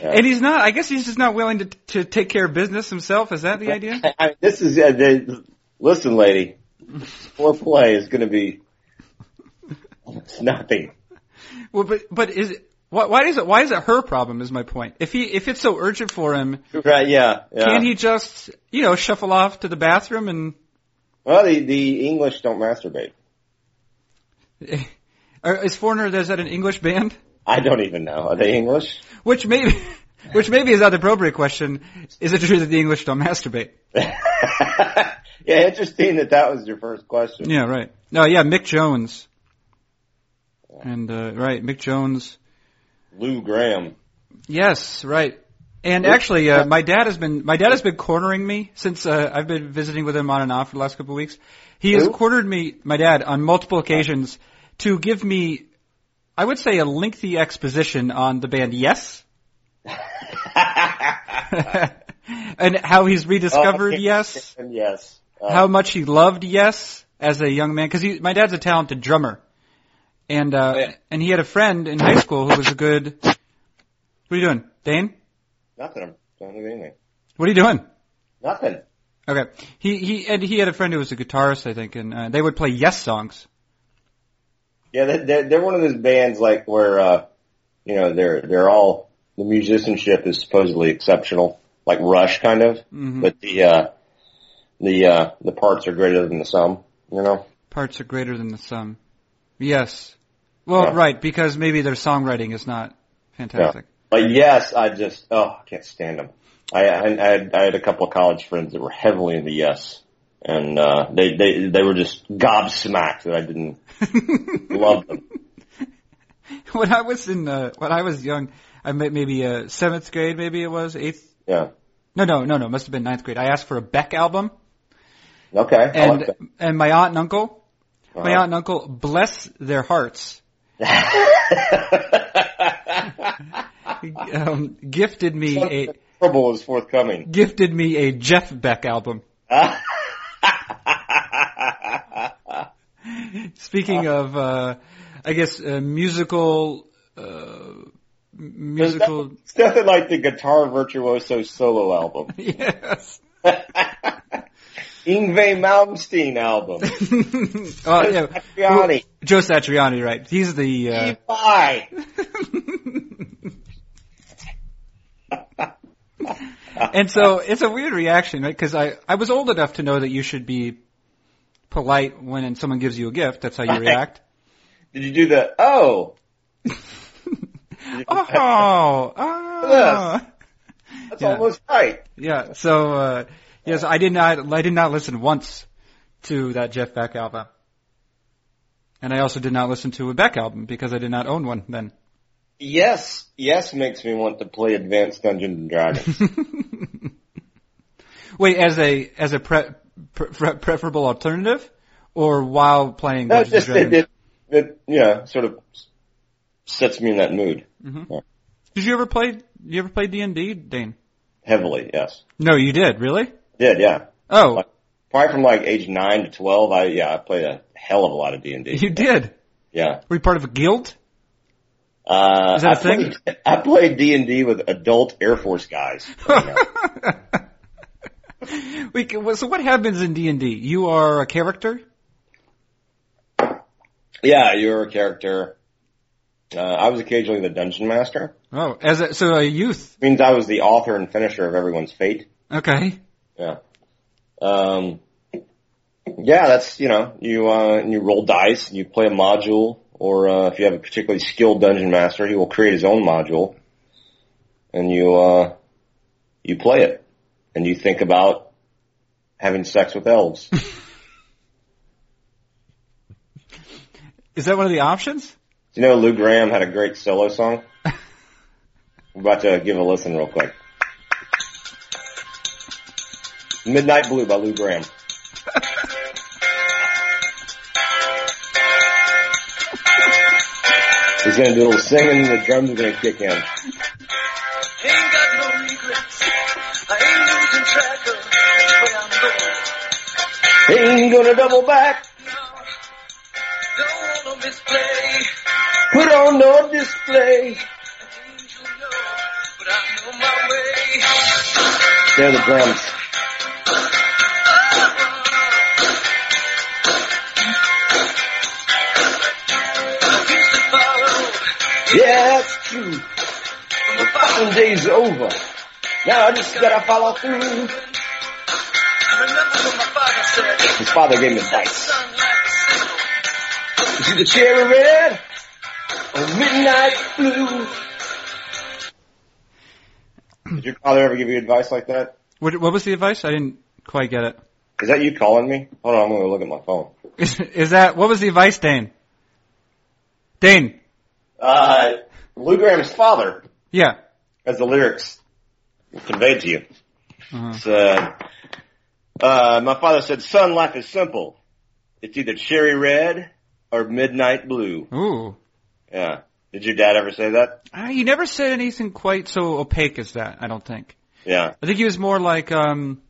Yeah. And he's not. I guess he's just not willing to to take care of business himself. Is that the idea? I, I, this is uh, the, listen, lady. Foreplay is going to be it's nothing. Well, but but is it, why, why is it why is it her problem? Is my point. If he if it's so urgent for him, Right? Yeah. yeah. can't he just you know shuffle off to the bathroom and Well, the, the English don't masturbate. or is foreigner? Is that an English band? I don't even know. Are they English? Which maybe which maybe is not the appropriate question. Is it true that the English don't masturbate? yeah, interesting that that was your first question. Yeah, right. No, yeah, Mick Jones. And uh, right, Mick Jones. Lou Graham. Yes, right. And Yeah. actually, uh, my dad has been my dad has been cornering me since uh, I've been visiting with him on and off for the last couple of weeks. He has Who? cornered me, my dad, on multiple occasions to give me, I would say, a lengthy exposition on the band Yes Oh, and how he's rediscovered Oh, okay. Yes, And yes. Uh, how much he loved Yes as a young man. Because my dad's a talented drummer, and uh, Oh, yeah. and he had a friend in high school who was a good. What are you doing, Dane? Nothing. I'm don't do anything. What are you doing? Nothing. Okay. He he and he had a friend who was a guitarist, I think, and uh, they would play Yes songs. Yeah, they- they're, they're one of those bands like where, uh, you know, they're, they're all, the musicianship is supposedly exceptional, like Rush kind of, Mhm. but the, uh, the, uh, the parts are greater than the sum, you know? Parts are greater than the sum. Yes. Well, Yeah. right, because maybe their songwriting is not fantastic. But yes, I just, oh, I can't stand them. I, I, I had, I had a couple of college friends that were heavily into yes, and, uh, they, they, they were just gobsmacked that I didn't love them. when I was in uh, when I was young, I met maybe uh, seventh grade, maybe it was eighth. Yeah. No, no, no, no, must have been ninth grade. I asked for a Beck album, Okay. I and like that. and my aunt and uncle, my Uh-huh. aunt and uncle, bless their hearts, um, gifted me a Trouble is forthcoming. gifted me a Jeff Beck album. Speaking of, uh, I guess uh, musical, uh, m- There's musical. nothing- It's nothing like the Guitar Virtuoso solo album. Yes. Ingve Malmsteen album. oh yeah. Satriani. Joe Satriani, right? He's the. Uh, Bye. and so it's a weird reaction, right? Because I I was old enough to know that you should be polite when someone gives you a gift. That's how you Right. react. Did you do the, oh, Oh, oh. that's Yeah. almost right. Yeah. So uh, yes, I did not. I did not listen once to that Jeff Beck album, and I also did not listen to a Beck album because I did not own one then. Yes, yes makes me want to play Advanced Dungeons and Dragons. Wait, as a as a pre- pre- pre- preferable alternative, or while playing no, Dungeons and just it, Dragons? it, it, you know, sort of sets me in that mood Did you ever play? You ever play D and D, Dane? heavily. Yes, No, you did. Really? did yeah. Oh, Like- Probably from like age nine to twelve. I yeah, I played a hell of a lot of D and D. you did. Yeah, Were you part of a guild? Uh, Is that a I thing? Played, I played D and D with adult Air Force guys. growing up. We can, well, so what happens in D and D? You are a character. yeah, you're a character. Uh, I was occasionally the dungeon master. Oh, as a, so a youth. means I was the author and finisher of everyone's fate. Okay. Yeah. Um, yeah, that's, you know, you, uh, you roll dice, you play a module, or, uh, if you have a particularly skilled dungeon master, he will create his own module, and you, uh, you play it, and you think about having sex with elves. Is that one of the options? you know, Lou Graham had a great solo song. I'm about to give a listen real quick. Midnight Blue by Lou Graham. He's gonna do a little singing, the drums are gonna kick in. Ain't got no regrets. I ain't losing track of where I'm going. Ain't gonna double back, now. Don't wanna misplay. put on no display. Ain't you know, but I know my way. There are the drums. Used to follow Yeah, that's true. The fucking day's over. Now I just gotta follow through. I remember when my father said, His father gave him advice. son, life is simple. Is it the cherry red or midnight blue? Did your father ever give you advice like that? What, what was the advice? I didn't quite get it. Is that you calling me? Hold on, I'm gonna look at my phone. Is, is that what was the advice, Dane? Dane. Uh, Lou Graham's father, Yeah. as the lyrics conveyed to you. Uh-huh. It's, uh, uh, my father said, son, life is simple. It's either cherry red or midnight blue. Ooh. Yeah. Did your dad ever say that? Uh, he never said anything quite so opaque as that. I don't think. Yeah. I think he was more like, um,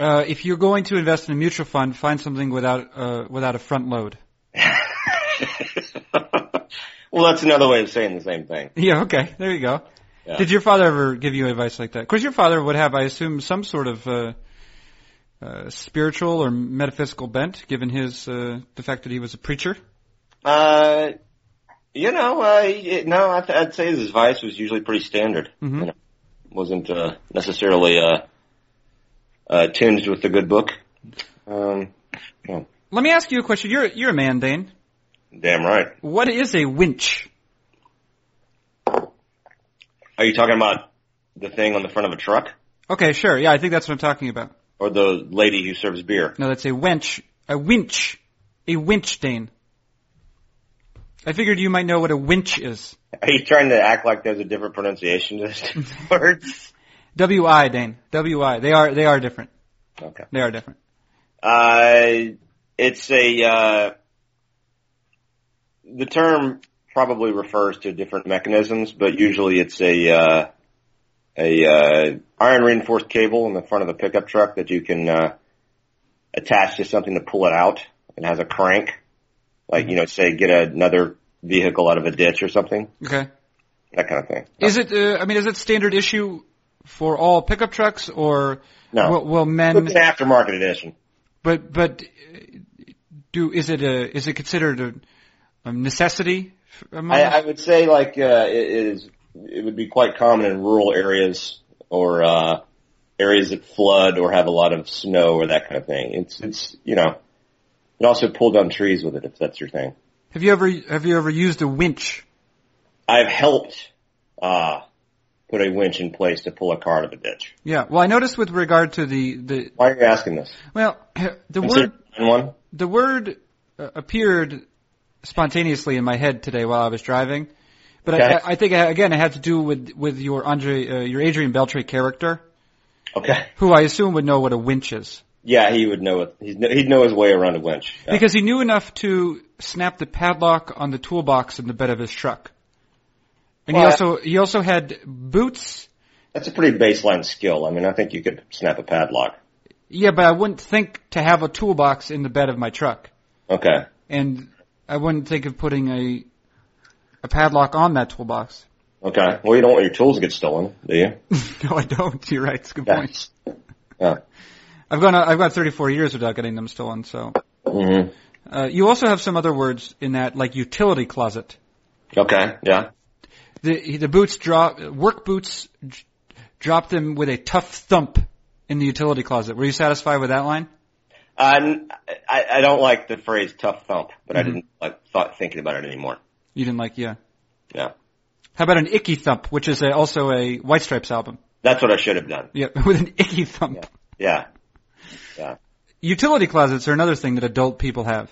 uh, if you're going to invest in a mutual fund, find something without uh, without a front load. well, that's another way of saying the same thing. Yeah. Okay. There you go. Yeah. Did your father ever give you advice like that? Of course, your father would have, I assume, some sort of uh, uh, spiritual or metaphysical bent, given his uh, the fact that he was a preacher. Uh, you know, uh, it- no, I th- I'd say his advice was usually pretty standard. Mhm. You know, wasn't uh, necessarily uh, uh, tinged with the good book. Um, Let me ask you a question. You're you're a man, Dane. damn right. What is a winch? Are you talking about the thing on the front of a truck Okay, sure. Yeah, I think that's what I'm talking about. or the lady who serves beer? No, that's a wench. A winch. A winch, Dane. I figured you might know what a winch is. Are you trying to act like there's a different pronunciation to this word? W I, Dane. W I. They are they are different. Okay. They are different. Uh, it's a uh, the term probably refers to different mechanisms, but usually it's a uh, a uh, iron reinforced cable in the front of a pickup truck that you can uh, attach to something to pull it out. It has a crank, like you know, say get another vehicle out of a ditch or something, Okay. that kind of thing. Is it? Uh, I mean, is it standard issue for all pickup trucks, or No, will, will it's men? an aftermarket edition. But but uh, do is it a is it considered a, a necessity? f- Among I, I would say like uh, it it is. It would be quite common in rural areas or uh, areas that flood or have a lot of snow or that kind of thing. It's it's you know. You can also pull down trees with it if that's your thing. have you ever have you ever used a winch? I've helped uh, put a winch in place to pull a car out of a ditch. Yeah. Well, I noticed with regard to the the Why are you asking this? well the Consider word buying one. the word uh, appeared spontaneously in my head today while I was driving, but I Okay. I, I think uh, again it had to do with with your Andre uh, your Adrian Beltre character, Okay. who I assume would know what a winch is. Yeah, he would know it. He'd know, he'd know his way around a winch. Yeah. Because he knew enough to snap the padlock on the toolbox in the bed of his truck. And he Well, also he also had boots. that's a pretty baseline skill. I mean, I think you could snap a padlock. Yeah, but I wouldn't think to have a toolbox in the bed of my truck. Okay. And I wouldn't think of putting a a padlock on that toolbox. Okay. Well, you don't want your tools to get stolen, do you? no, I don't. You're right. It's a good Yeah. point. Yeah. I've gone I've got 34 years without getting them stolen. So hmm uh, you also have some other words in that, like utility closet. Okay. Yeah. The the boots drop work boots j- dropped them with a tough thump in the utility closet. Were you satisfied with that line? I'm- Uh, I I don't like the phrase "tough thump," but I Mhm. didn't like thought thinking about it anymore. You didn't like, yeah. Yeah. How about an icky thump, which is a, also a White Stripes album? That's what I should have done. Yeah, with an icky thump. Yeah. Yeah. Utility closets are another thing that adult people have.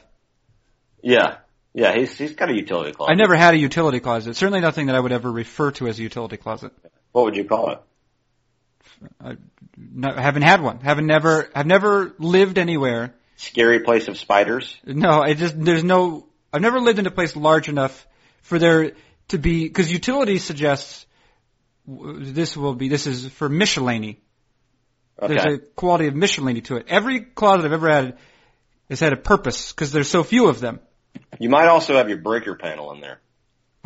Yeah. Yeah. He's he's got a utility closet. I never had a utility closet. Certainly nothing that I would ever refer to as a utility closet. What would you call it? No, I haven't had one. Haven't never. I've never lived anywhere. Scary place of spiders. No, I just there's no. I've never lived in a place large enough for there to be because utility suggests w- this will be this is for miscellany. There's Okay. a quality of miscellany to it. Every closet I've ever had has had a purpose because there's so few of them. you might also have your breaker panel in there.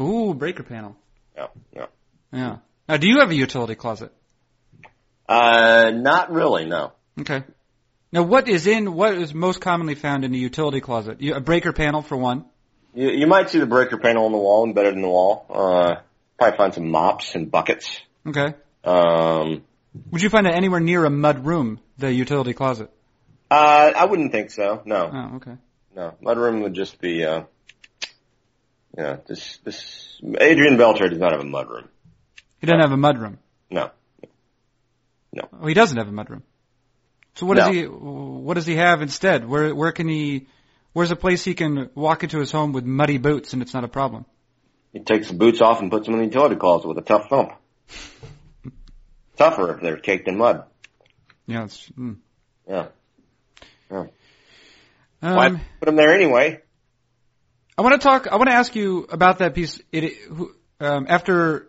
Ooh, breaker panel. Yeah. Yeah. Yeah. Now, do you have a utility closet? Uh, not really. No. Okay. Now, what is in, what is most commonly found in a utility closet? You, a breaker panel for one. You you might see the breaker panel on the wall embedded in the wall. Uh, probably find some mops and buckets. Okay. Um, Would you find it anywhere near a mud room, the utility closet? uh, I wouldn't think so. No. Oh, okay. No, mudroom would just be, uh, you know, this, this, Adrian Belcher does not have a mudroom. He doesn't have a mud room. No. Oh, he doesn't have a mud room. So what does No. he, what does he have instead? Where, where can he, where's a place he can walk into his home with muddy boots and it's not a problem? He takes the boots off and puts them in the utility closet with a tough thump. Tougher if they're caked in mud. Yeah, it's, mm. Yeah. Um, Why put them there anyway? I want to talk. I want to ask you about that piece. It who, um, after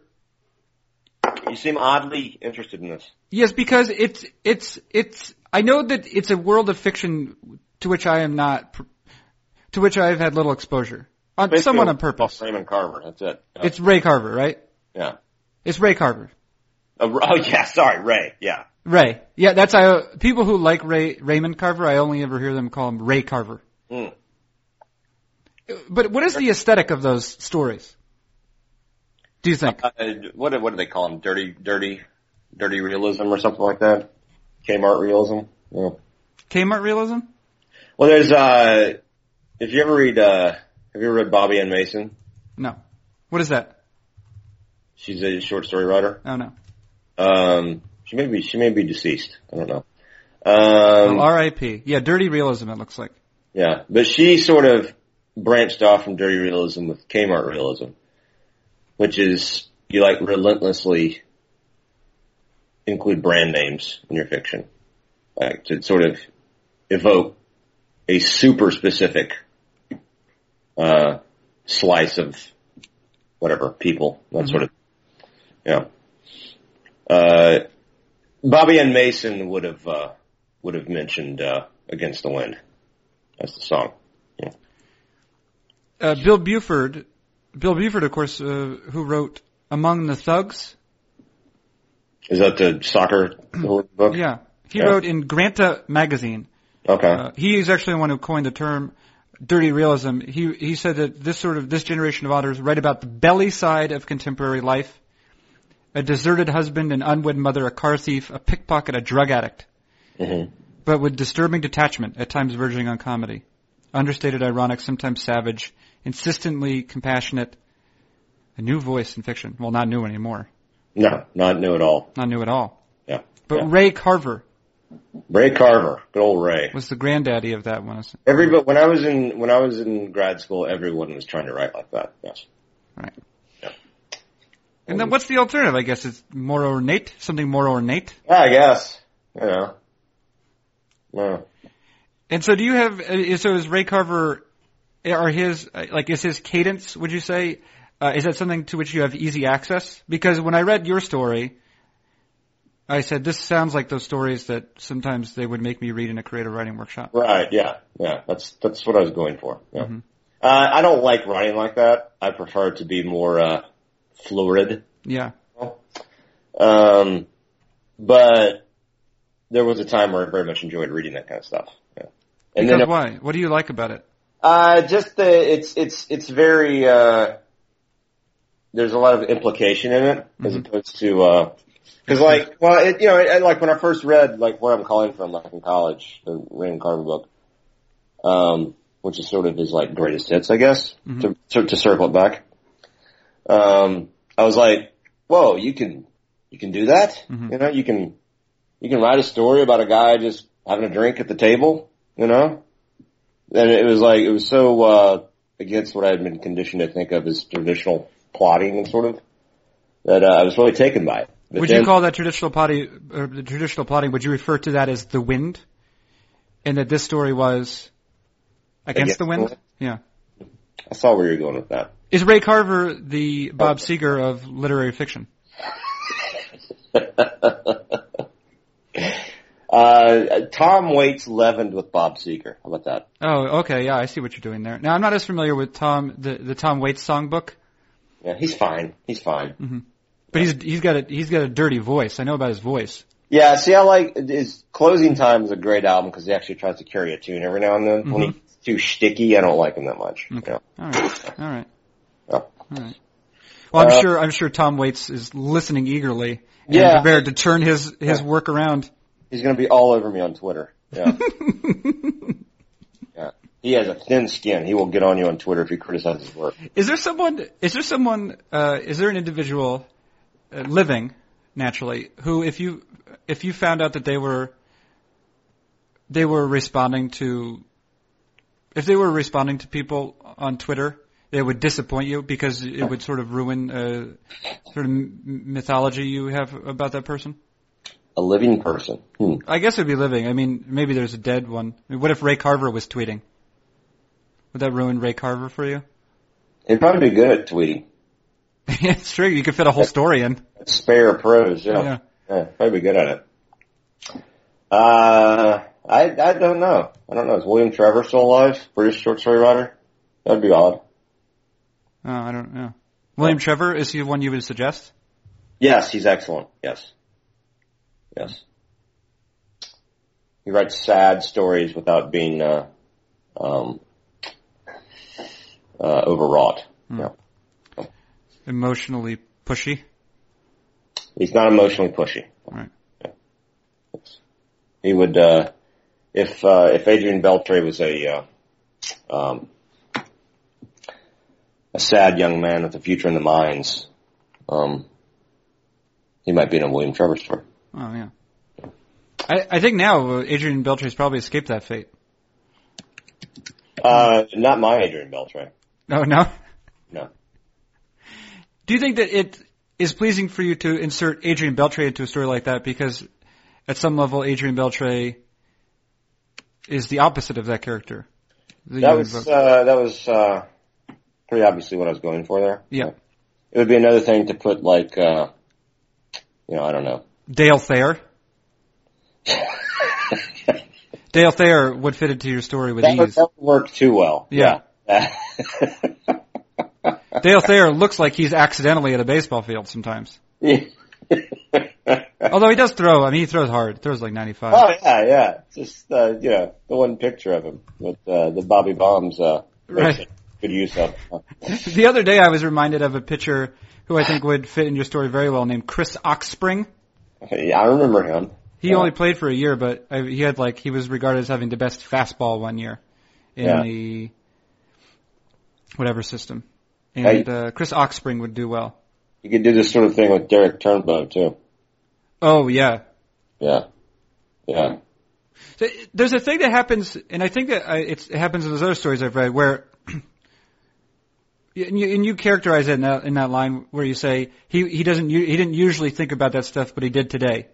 You seem oddly interested in this. yes, because it's it's it's. I know that it's a world of fiction to which I am not, pr- to which I have had little exposure. On Basically, someone on purpose. Raymond Carver, that's it. Uh, Yeah. It's Ray Carver, right? Yeah. It's Ray Carver. Oh, oh yeah, sorry, Ray, yeah. Ray. Yeah, that's I. People who like Ray Raymond Carver, I only ever hear them call him Ray Carver. Mm. But what is the aesthetic of those stories? Do you think? Uh, what, do- what do they call him? Dirty, dirty, dirty realism or something like that? Kmart realism? Yeah. Kmart realism? Well, there's uh, if you ever read, uh, have you ever read Bobby and Mason? What is that? She's a short story writer. Oh no. Um, she may be she may be deceased. I don't know. Um, oh, R.I.P. Yeah, dirty realism. It looks like. yeah, but she sort of branched off from dirty realism with Kmart realism, which is you like relentlessly include brand names in your fiction, like to sort of evoke a super specific uh, slice of whatever people that sort of yeah. Uh, Bobby and Mason would have uh, would have mentioned uh, "Against the Wind" as the song. uh, Bill Buford, Bill Buford, of course, uh, who wrote Among the Thugs. Is that the soccer book? Yeah, he Oh. Yeah. wrote in Granta magazine. Okay. Uh, he is actually the one who coined the term "dirty realism." He he said that this sort of this generation of authors write about the belly side of contemporary life: a deserted husband, an unwed mother, a car thief, a pickpocket, a drug addict, hmm but with disturbing detachment, at times verging on comedy, understated, ironic, sometimes savage, insistently compassionate. A new voice in fiction. Well, not new anymore. No, not new at all. Not new at all. Yeah. But Yeah. Ray Carver Ray Carver, good old Ray. was the granddaddy of that one. Is- Every but when I was in when I was in grad school, everyone was trying to write like that. Yes. And then what's the alternative? I guess it's more ornate, something more ornate. Yeah, I guess. You know. Yeah. And so do you have, uh, so is Ray Carver, are his, uh, like is his cadence, would you say, uh, is that something to which you have easy access? Because when I read your story, I said, this sounds like those stories that sometimes they would make me read in a creative writing workshop. Right. Yeah. Yeah. That's that's what I was going for. Yeah. Mhm. Uh, I don't like running like that. I prefer to be more uh, fluid. Yeah. Um, but there was a time where I very much enjoyed reading that kind of stuff. Yeah. And Because then why? What do you like about it? uh, just the it's it's it's very uh, there's a lot of implication in it as Mhm. opposed to because like well it, you know it, it- like when I first read like where I'm calling from like in college the Raymond Carver book, um, which is sort of his like greatest hits I guess Mhm. to, to to circle it back. Um, I was like, whoa, you can you can do that, Mhm. you know you can you can write a story about a guy just having a drink at the table, you know and it was like it was so uh against what I had been conditioned to think of as traditional plotting and sort of that uh, I was really taken by it. But would then- you call that traditional plotting? Or the traditional plotting? Would you refer to that as the wind? And that this story was against, Against the the wind. Wind? Yeah. I saw where you were going with that. Is Ray Carver the Oh. Bob Seger of literary fiction? uh, Tom Waits leavened with Bob Seger. How about that? Oh, okay, yeah, I see what you're doing there. Now, I'm not as familiar with Tom the the Tom Waits songbook, Yeah, he's fine. He's fine. but he's he's got a he's got a dirty voice. I know about his voice. Yeah, see, I like his closing time is a great album because he actually tries to carry a tune every now and then. When Mhm. he's too shticky, I don't like him that much. Okay. Yeah. All right, all right, Yeah. all right. Well, I'm Oh. Uh, sure I'm sure Tom Waits is listening eagerly and Yeah. prepared to turn his his Yeah. work around. He's gonna be all over me on Twitter. Yeah. He has a thin skin. He will get on you on Twitter if you criticize his work. Is there someone? Is there someone? Uh, is there an individual uh, living naturally who, if you if you found out that they were they were responding to if they were responding to people on Twitter, they would disappoint you because it would sort of ruin uh, sort of m- mythology you have about that person. A living person. Hmm. I guess it'd be living. I mean, maybe there's a dead one. I mean, what if Ray Carver was tweeting? Would that ruin Ray Carver for you? He'd probably be good at tweeting. yeah, it's true. You could fit a whole story in. Spare prose, yeah. Yeah. yeah. probably be good at it. Uh, I, I don't know. I don't know. Is William Trevor still alive? British short story writer? That'd be odd. Oh, I don't know. William Trevor is he the one you would suggest? Yes, he's excellent. Yes. Yes. He writes sad stories without being, uh, um, uh, overwrought. Emotionally pushy. He's not emotionally pushy. Right. Yeah. He would, uh, if, uh, if Adrian Beltre was a, uh, um, a sad young man with a future in the mines, um, he might be in a William Trevor story. Oh yeah. I, I think now uh, Adrian Beltre's probably escaped that fate. Uh, not my Adrian Beltre. Oh no. No. Do you think that it is pleasing for you to insert Adrian Beltre into a story like that because at some level Adrian Beltre is the opposite of that character? that you That would was, invoke? uh, that was, uh, pretty obviously what I was going for there. Yeah. It would be another thing to put like, uh, you know, I don't know. Dale Thayer. Dale Thayer would fit into your story with That would, ease. that would work too well. Yeah. yeah. Dale Thayer looks like he's accidentally at a baseball field sometimes. Yeah. Oh, Although he does throw, I mean, he throws hard. He throws like 95. oh yeah, yeah. Just uh, you know, the one picture of him with uh, the Bobby Bombs uh Right. makes good use uh, of. The other day I was reminded of a pitcher who I think would fit in your story very well named Chris Oxspring. yeah, I remember him. He Yeah. only played for a year, but I, he had like, he was regarded as having the best fastball one year in Yeah. the whatever system. Hey. And uh, Chris Oxspring would do well. You could do this sort of thing with Derek Turnbow too. Oh yeah. Yeah. Yeah. Th- There's a thing that happens, and I think that I, it's, it happens in those other stories I've read, where and you, and you characterize it in that, in that line where you say he he doesn't u- he didn't usually think about that stuff, but he did today.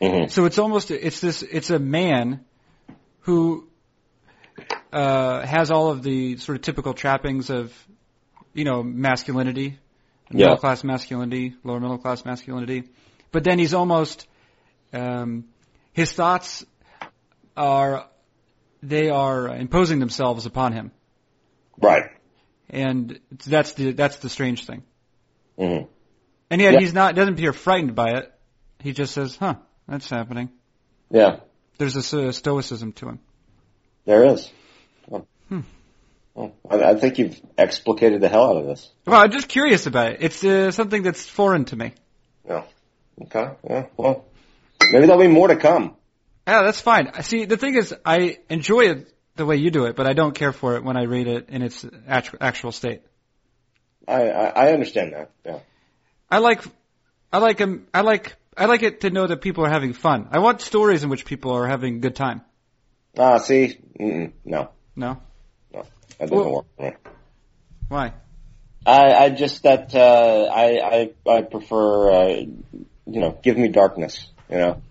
Mhm. So it's almost it's this it's a man who uh, has all of the sort of typical trappings of you know masculinity, Yeah. middle class masculinity, lower middle class masculinity, but then he's almost um, his thoughts are they are imposing themselves upon him. Right. and it's, that's the that's the strange thing. hmm And yet Yeah. he's not doesn't appear frightened by it. He just says, "Huh, that's happening." Yeah, There's a, s- a stoicism to him. there is. Well, Hmm. well, I, I think you've explicated the hell out of this. Well, I'm just curious about it. It's uh, something that's foreign to me. Okay. Yeah. Well, maybe there'll be more to come. Yeah, Ah, that's fine. I See, the thing is, I enjoy it the way you do it, but I don't care for it when I read it in its actu- actual state. I, I, I understand that. Yeah. I like, I like, um, I like, I like it to know that people are having fun. I want stories in which people are having a good time. Ah, see, Mm-mm, no, No? no, that doesn't Well- work. for me. Why? I, I just that uh, I, I, I prefer, uh, you know, give me darkness. You know.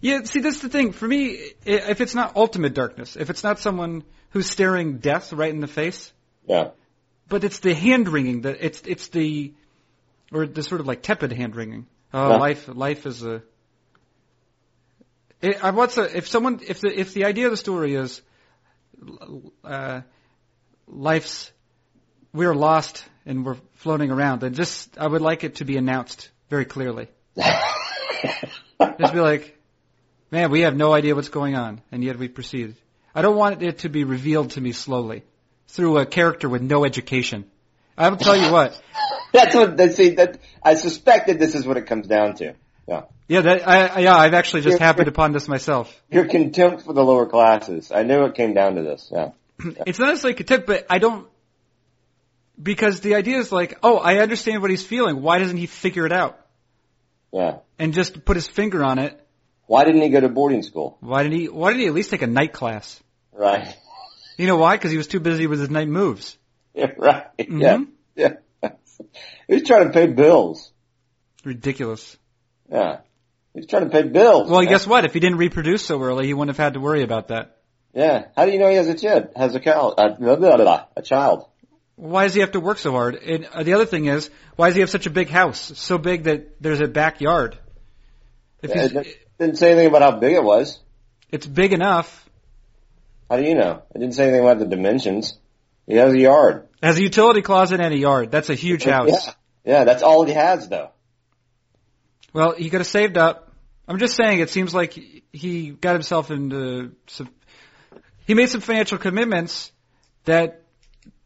Yeah, see, that's the thing. For me, i- if it's not ultimate darkness, if it's not someone who's staring death right in the face, Yeah. but it's the hand wringing that it's it's the or the sort of like tepid hand wringing. Uh, Yeah. Life life is a. It, I what's a, if someone if the if the idea of the story is, uh, life's we're lost and we're floating around, then just I would like it to be announced very clearly. Just be like, man, we have no idea what's going on, and yet we proceed. I don't want it to be revealed to me slowly through a character with no education. I will tell you what. That's what. That's, see, that I suspect that this is what it comes down to. Yeah, that, I, I, yeah, I've actually just happened upon this myself. Your contempt for the lower classes. I knew it came down to this. Yeah. It's not necessarily contempt, but I don't, because the idea is like, oh, I understand what he's feeling. Why doesn't he figure it out? Yeah. And just put his finger on it. Why didn't he go to boarding school? Why didn't he, why didn't he at least take a night class? Right. You know why? Because he was too busy with his night moves. Yeah, right. Yeah. Mhm. Yeah. He's trying to pay bills. Ridiculous. Yeah. He's trying to pay bills. Well, man. guess what? If he didn't reproduce so early, he wouldn't have had to worry about that. Yeah. How do you know he has a kid? Has a child? Uh, blah, blah, blah, a child. Why does he have to work so hard? And uh, the other thing is, why does he have such a big house, so big that there's a backyard? If Yeah, he's, it doesn't- didn't say anything about how big it was. it's big enough, How do you know? It didn't say anything about the dimensions. He has a yard. has a utility closet and a yard. That's a huge house. Yeah. Yeah. That's all he has, though. Well, he could have saved up. I'm just saying, it seems like he- he got himself into some. He made some financial commitments that,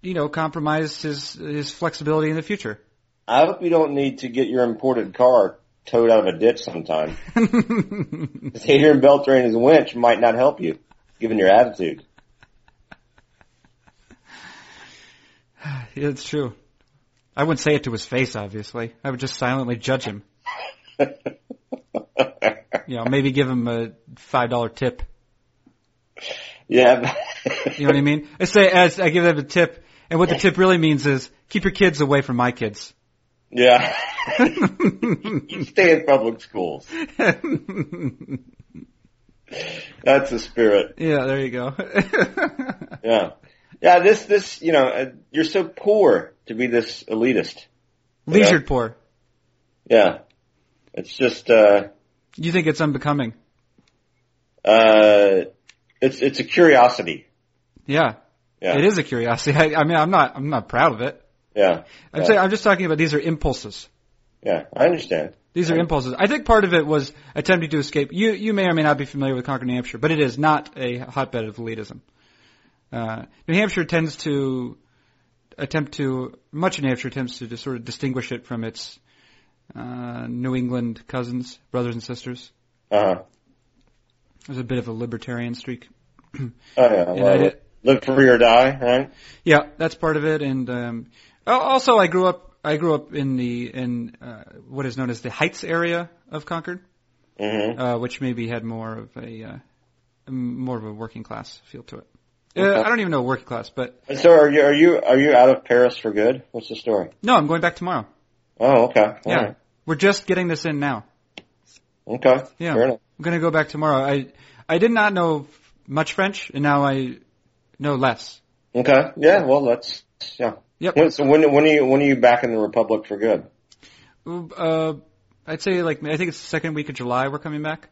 you know, compromised his his flexibility in the future. I hope you don't need to get your imported car towed out of a ditch sometime. Adrian Beltre and his winch might not help you, given your attitude. Yeah, It's true. I wouldn't say it to his face, obviously. I would just silently judge him. You know, maybe give him a five dollar tip. yeah. You know what I mean? I say as I give them a tip, and what the tip really means is keep your kids away from my kids. Yeah. Stay in public schools. yeah, That's the spirit. there you go. Yeah. Yeah, this, this, you know, uh, you're so poor to be this elitist. Leisure poor. Yeah. It's just, uh, You think it's unbecoming? uh, it's, it's a curiosity. Yeah, Yeah. it is a curiosity. I, I mean, I'm not, I'm not proud of it. Yeah. I'm Yeah. saying, I'm just talking about these are impulses. Yeah. I understand. These are Yeah. impulses. I think part of it was attempting to escape. You you may or may not be familiar with Concord, New Hampshire, but it is not a hotbed of elitism. Uh, New Hampshire tends to attempt to much of New Hampshire attempts to just sort of distinguish it from its uh, New England cousins, brothers and sisters. Uh huh. There's a bit of a libertarian streak. Oh yeah. You well, know, it- live free or die, right? yeah, that's part of it. And um, al- also, I grew up I grew up in the in uh, what is known as the Heights area of Concord. Mm-hmm. uh, which maybe had more of a uh, m- more of a working class feel to it. Okay. Uh, I don't even know working class, but So are you are you are you out of Paris for good? What's the story? no, I'm going back tomorrow. Oh, okay. All Yeah. right. We're just getting this in now. Okay. Yeah. Fair enough. I'm going to go back tomorrow. I I did not know f- much French, and now I know less. Okay. Yeah. Well, that's yeah. Yep. When- So when when are you when are you back in the Republic for good? Uh, I'd say like I think it's the second week of July we're coming back.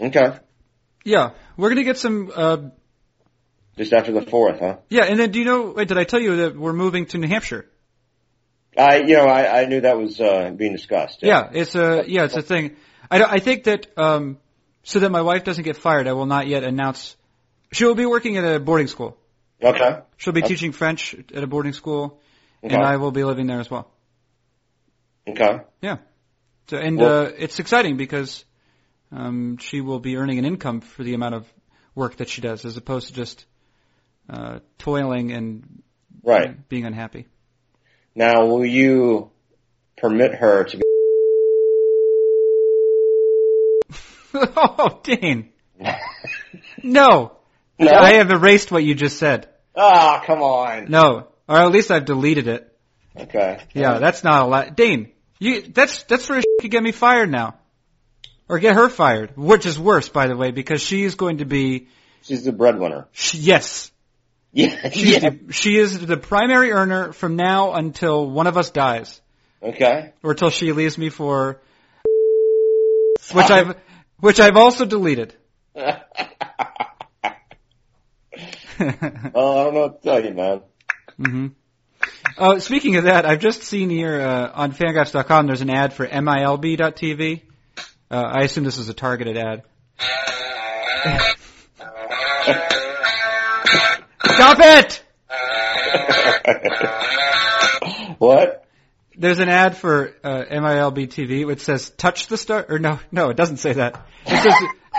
Okay. Yeah, we're going to get some uh, Just after the fourth, huh? Yeah, and then do you know? Wait, did I tell you that we're moving to New Hampshire? I, you know, I, I knew that was uh, being discussed. Yeah, it's a yeah, it's a thing. I don't- I think that um, so that my wife doesn't get fired, I will not yet announce. She will be working at a boarding school. Okay. She'll be Okay. teaching French at a boarding school, Okay. and I will be living there as well. okay. So, and Well- uh, it's exciting because um, she will be earning an income for the amount of work that she does, as opposed to just uh, toiling and Right. being unhappy. Now, will you permit her to be? oh, Dane! No, No. I have erased what you just said. Ah, come on. No, or at least I've deleted it. Okay. Yeah, that's not a lot. Dane, you that's that's where she could get me fired now, or get her fired, which is worse, by the way, because she is going to be She's the breadwinner. she, yes, Yeah. she, yeah. Is the, she is the primary earner from now until one of us dies, Okay. or till she leaves me for which I've which I've also deleted. well, hmm I don't know what to tell you, man. uh, speaking of that, I've just seen here uh, on fangraphs.com there's an ad for MILB.TV. Uh, I assume this is a targeted ad. Stop it! what? There's an ad for uh, MILB TV which says "Touch the Star" or no, no, it doesn't say that. It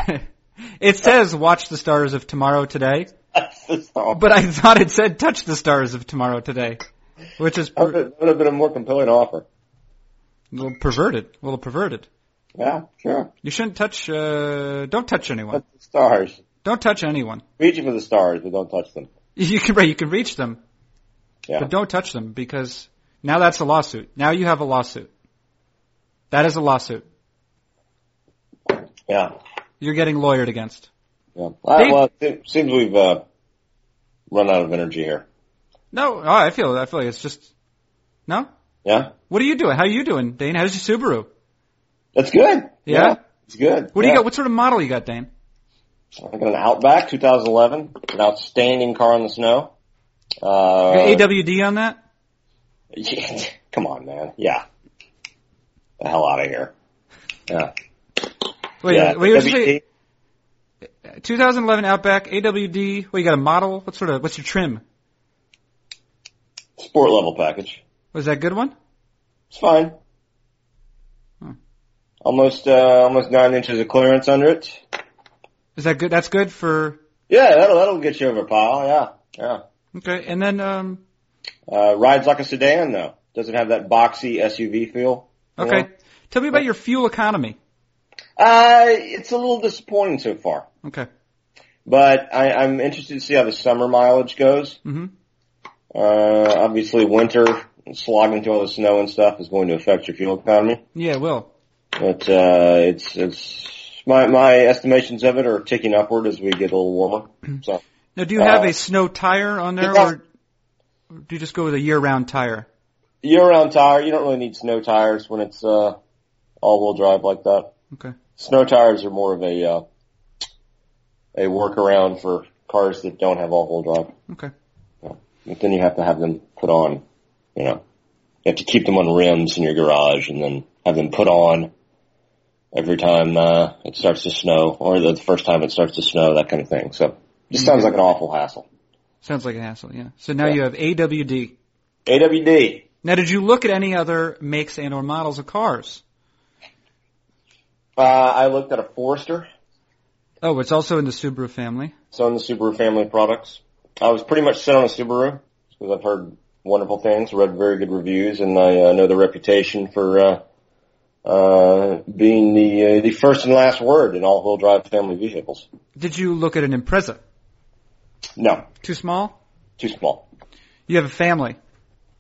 says, it says "Watch the stars of tomorrow today," That's the song. but I thought it said "Touch the stars of tomorrow today," which is that would per- have- that would have been a more compelling offer. a little perverted. A little perverted. Yeah, sure. You shouldn't touch. Uh, don't touch anyone. That's the stars. Don't touch anyone. Reaching for the stars, but don't touch them. You can right, you can reach them, Yeah. but don't touch them because now that's a lawsuit. Now you have a lawsuit. That is a lawsuit. Yeah. You're getting lawyered against. Yeah. All right, They- well, it seems we've uh, run out of energy here. No, oh, I feel I feel like it's just no. Yeah. What are you doing? How are you doing, Dane? How's your Subaru? That's good. Yeah? It's good. What do yeah. you got? What sort of model you got, Dane? I got an Outback 2011, an outstanding car in the snow. You Uh, got AWD on that? yeah, come on, man. Yeah. The hell out of here. Yeah. Wait, yeah. wait, what did you WD. say? 2011 Outback AWD. What you got? A model? What sort of? What's your trim? Sport level package. Was that a good one? It's fine. Hmm. Almost, uh, almost nine inches of clearance under it. Is that good? That's good for Yeah, that'll, that'll get you over a pile. Yeah. Yeah. okay. And then um Uh, rides like a sedan though. Doesn't have that boxy SUV feel. you okay. know? Tell me about your fuel economy. Uh, it's a little disappointing so far, Okay. but I, I'm interested to see how the summer mileage goes. hmm Uh, obviously winter slogging through all the snow and stuff is going to affect your fuel economy, Yeah, it will. but, uh, it's, it's, my, my estimations of it are ticking upward as we get a little warmer. So, Now, do you have Uh, a snow tire on there, yeah. or do you just go with a year-round tire? year round tire, you don't really need snow tires when it's, uh, all wheel drive like that. Okay. Snow tires are more of a, uh, a workaround for cars that don't have all wheel drive. Okay. But then you have to have them put on, you know, you have to keep them on rims in your garage and then have them put on every time, uh, it starts to snow or the first time it starts to snow, that kind of thing. So just Mm-hmm. sounds like an awful hassle. Sounds like a hassle. Yeah. So now Yeah. you have AWD. AWD. Now, did you look at any other makes and or models of cars? Uh, I looked at a Forester. Oh, it's also in the Subaru family. So in the Subaru family of products, I was pretty much set on a Subaru because I've heard wonderful things, read very good reviews, and I uh, know the reputation for uh, uh, being the uh, the first and last word in all-wheel drive family vehicles. Did you look at an Impreza? No, Too small? too small. You have a family,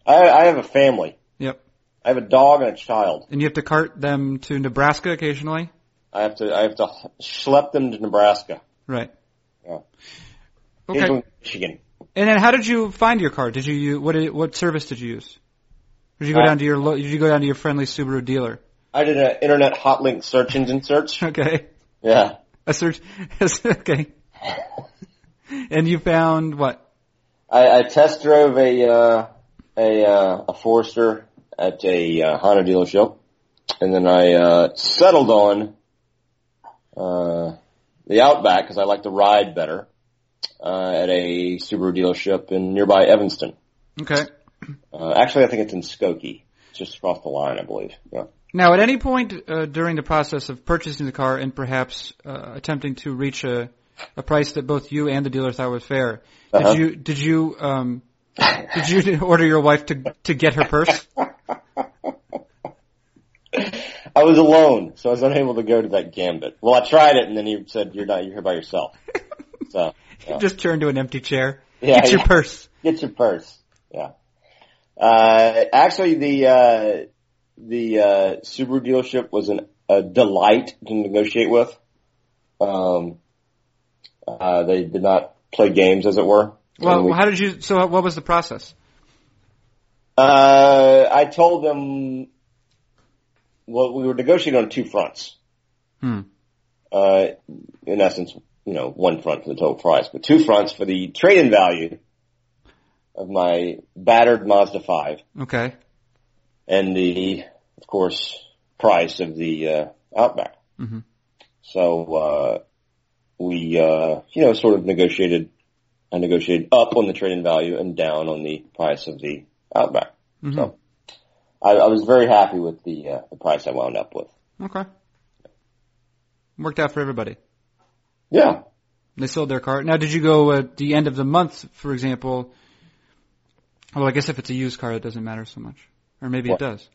I, I have a family. Yep. I have a dog and a child. and you have to cart them to Nebraska occasionally. I have to I have to schlep them to Nebraska, Right. Yeah. Okay. usually Michigan. And then, how did you find your car? Did you u- what? Did, what service did you use? Did you go Uh, down to your? lo- Did you go down to your friendly Subaru dealer? I did an internet hot link search engine search. Okay. Yeah. A search. okay. And you found what? I, I test drove a uh, a uh, a Forester at a uh, Honda dealership, and then I uh, settled on uh, the Outback because I like to ride better uh, at a Subaru dealership in nearby Evanston. Okay. Uh, actually, I think it's in Skokie, It's just across the line, I believe. Yeah. Now, at any point uh, during the process of purchasing the car and perhaps uh, attempting to reach a, a price that both you and the dealer thought was fair, Uh-huh. did you did you um, did you order your wife to to get her purse? I was alone, so I was unable to go to that gambit. Well, I tried it, and then he said, "You're not. You're here by yourself." So yeah. Just turn to an empty chair. Yeah, get your yeah. purse. Get your purse. Yeah. Uh, actually, the uh, the uh, Subaru dealership was an, a delight to negotiate with. Um, uh, they did not play games, as it were. Well, And we- how did you? So, what was the process? uh, I told them, well, we were negotiating on two fronts. Hmm. Uh, in essence, you know, one front for the total price, but two fronts for the trade-in value of my battered Mazda 5. Okay. and the, of course, price of the uh, Outback. Mhm. So uh, we, uh, you know, sort of negotiated. I negotiated up on the trade-in value and down on the price of the Outback. Mhm. So I, I was very happy with the uh, the price I wound up with. Okay. Worked out for everybody. Yeah, They sold their car. Now, did you go at the end of the month, for example? Well, I guess if it's a used car, it doesn't matter so much, or maybe What? it does.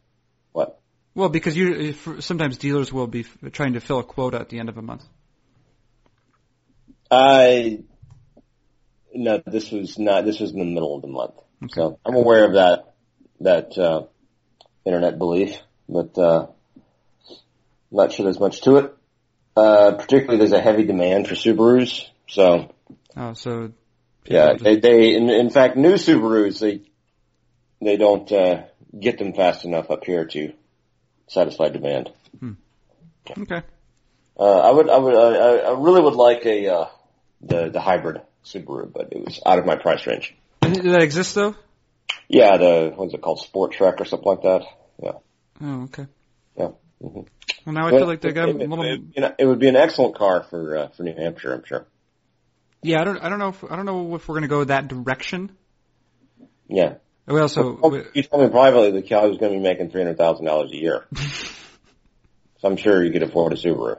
What? Well, because you if, sometimes dealers will be f- trying to fill a quota at the end of a month. I. No, this was not. This was in the middle of the month, so I'm aware of that that uh, internet belief, but uh, not sure there's much to it. Uh, particularly, there's a heavy demand for Subarus, so Oh, so yeah, people they, they in, in fact new Subarus they they don't uh, get them fast enough up here to satisfy demand. just- okay. Uh, I would, I would, uh, I I really would like a uh, the the hybrid Subaru, but it was out of my price range. Does that exist though? Yeah, the what's it called, Sport Trek or something like that. Yeah, Oh, okay. yeah. hmm Well, now I feel like they got a it, little. it- you know, it would be an excellent car for uh, for New Hampshire, I'm sure. Yeah, I don't. I don't know. If, I don't know if we're gonna go that direction. Yeah. We also. Oh, you told me privately the cow was going to be making three hundred thousand dollars a year, so I'm sure you could afford a Subaru.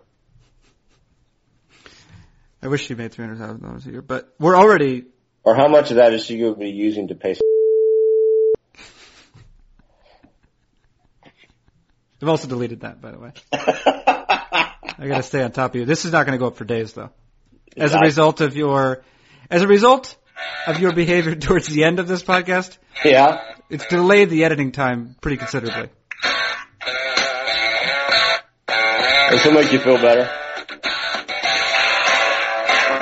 I wish she made three hundred thousand dollars a year, but we're already. Or how much of that is she going to be using to pay? s- I've also deleted that, by the way. I gotta stay on top of you. This is not gonna go up for days though. As a Yeah. result of your, as a result of your behavior towards the end of this podcast, Yeah. it's delayed the editing time pretty considerably. Does it make you feel better?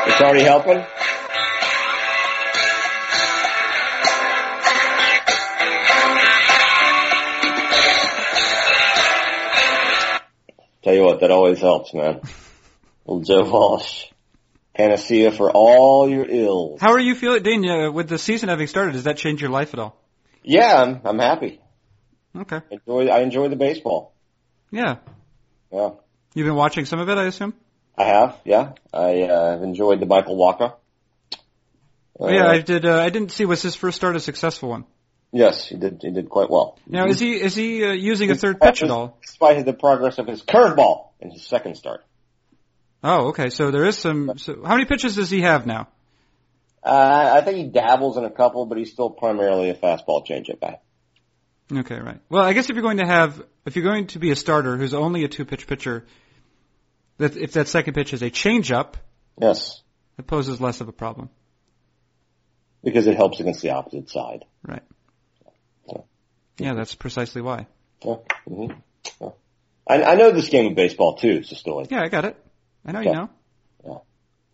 It's already helping? Tell you what, that always helps, man. Little Joe Walsh. Panacea for all your ills. How are you feeling, Dean? Uh, with the season having started, does that change your life at all? Yeah, I'm, I'm happy. Okay. Enjoy, I enjoy the baseball. Yeah. Yeah. You've been watching some of it, I assume. I have, yeah. I, uh, have enjoyed the Michael Walker. Oh, yeah, I did. Uh, I didn't see was his first start a successful one. Yes, he did. He did quite well. Now, is he is he uh, using a third pitch at all? Despite the progress of his curveball in his second start, Oh, okay. So there is some. So how many pitches does he have now? uh, I think he dabbles in a couple, but he's still primarily a fastball changeup guy. Okay, right. Well, I guess if you're going to have, if you're going to be a starter who's only a two pitch pitcher, that if that second pitch is a changeup, Yes, it poses less of a problem. because it helps against the opposite side. Yeah, Mm-hmm. that's precisely why. Yeah. hmm yeah. I, I know this game of baseball too, Sistoli. Yeah, I got it. I know you Yeah. know. Yeah.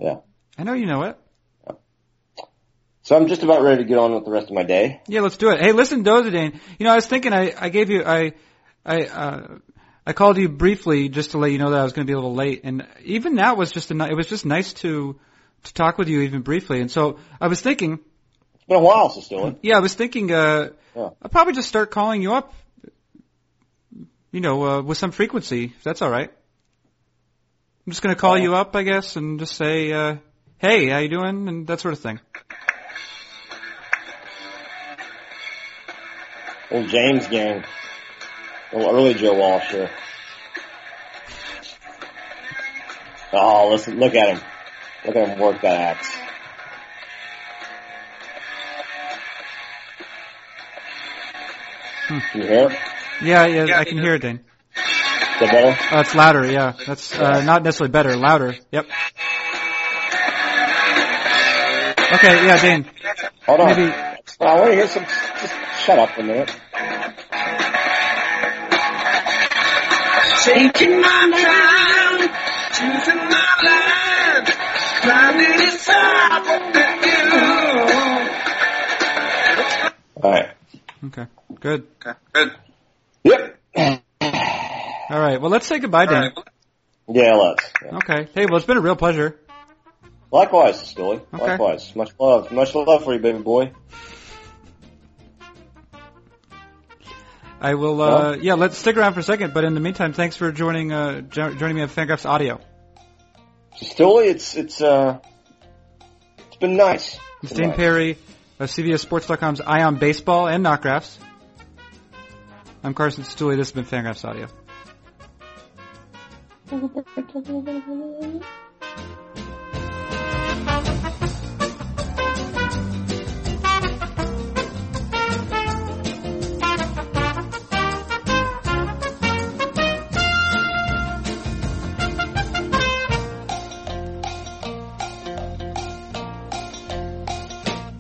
Yeah. I know you know it. So I'm just about ready to get on with the rest of my day. Yeah, let's do it. Hey, listen, Dozadane. You know, I was thinking I, I gave you, I, I, uh, I called you briefly just to let you know that I was going to be a little late. And even that was just a, ni- it was just nice to to talk with you even briefly. And so I was thinking, It's been a while since doing. yeah, I was thinking, uh, Yeah. I'll probably just start calling you up, you know, uh, with some frequency. If that's all right. I'm just gonna call you up, I guess, and just say, uh, "Hey, how you doing?" and that sort of thing. Old James game. Old early Joe Walsh here. Oh, listen, look at him. Look at him work that axe. Hmm. Can you hear it? Is Yeah, yeah, I can hear it, Dane. that better? Oh, it's louder. Yeah, that's uh, not necessarily better. Louder. Yep. Okay. Yeah, Dane. Hold on. Maybe- I want to hear some. Just shut up a minute. Taking my time, choosing my life, finding it's hard to All right. Okay. Good. do. Good. Yep. All right. Well, let's say goodbye, Dane. Yeah, let's. Yeah. Okay. Hey, well, it's been a real pleasure. Likewise, Scully. Okay. Likewise. Much love. Much love for you, baby boy. I will. Uh, yeah, let's stick around for a second. But in the meantime, thanks for joining uh, jo- joining me on Fangraphs Audio. Scully, it's it's uh, it's been nice. It's Been Dane nice. Perry of CBSSports.com's Eye on Baseball and Knockgraphs. I'm Carson Stooley. This has been Fangraphs Audio.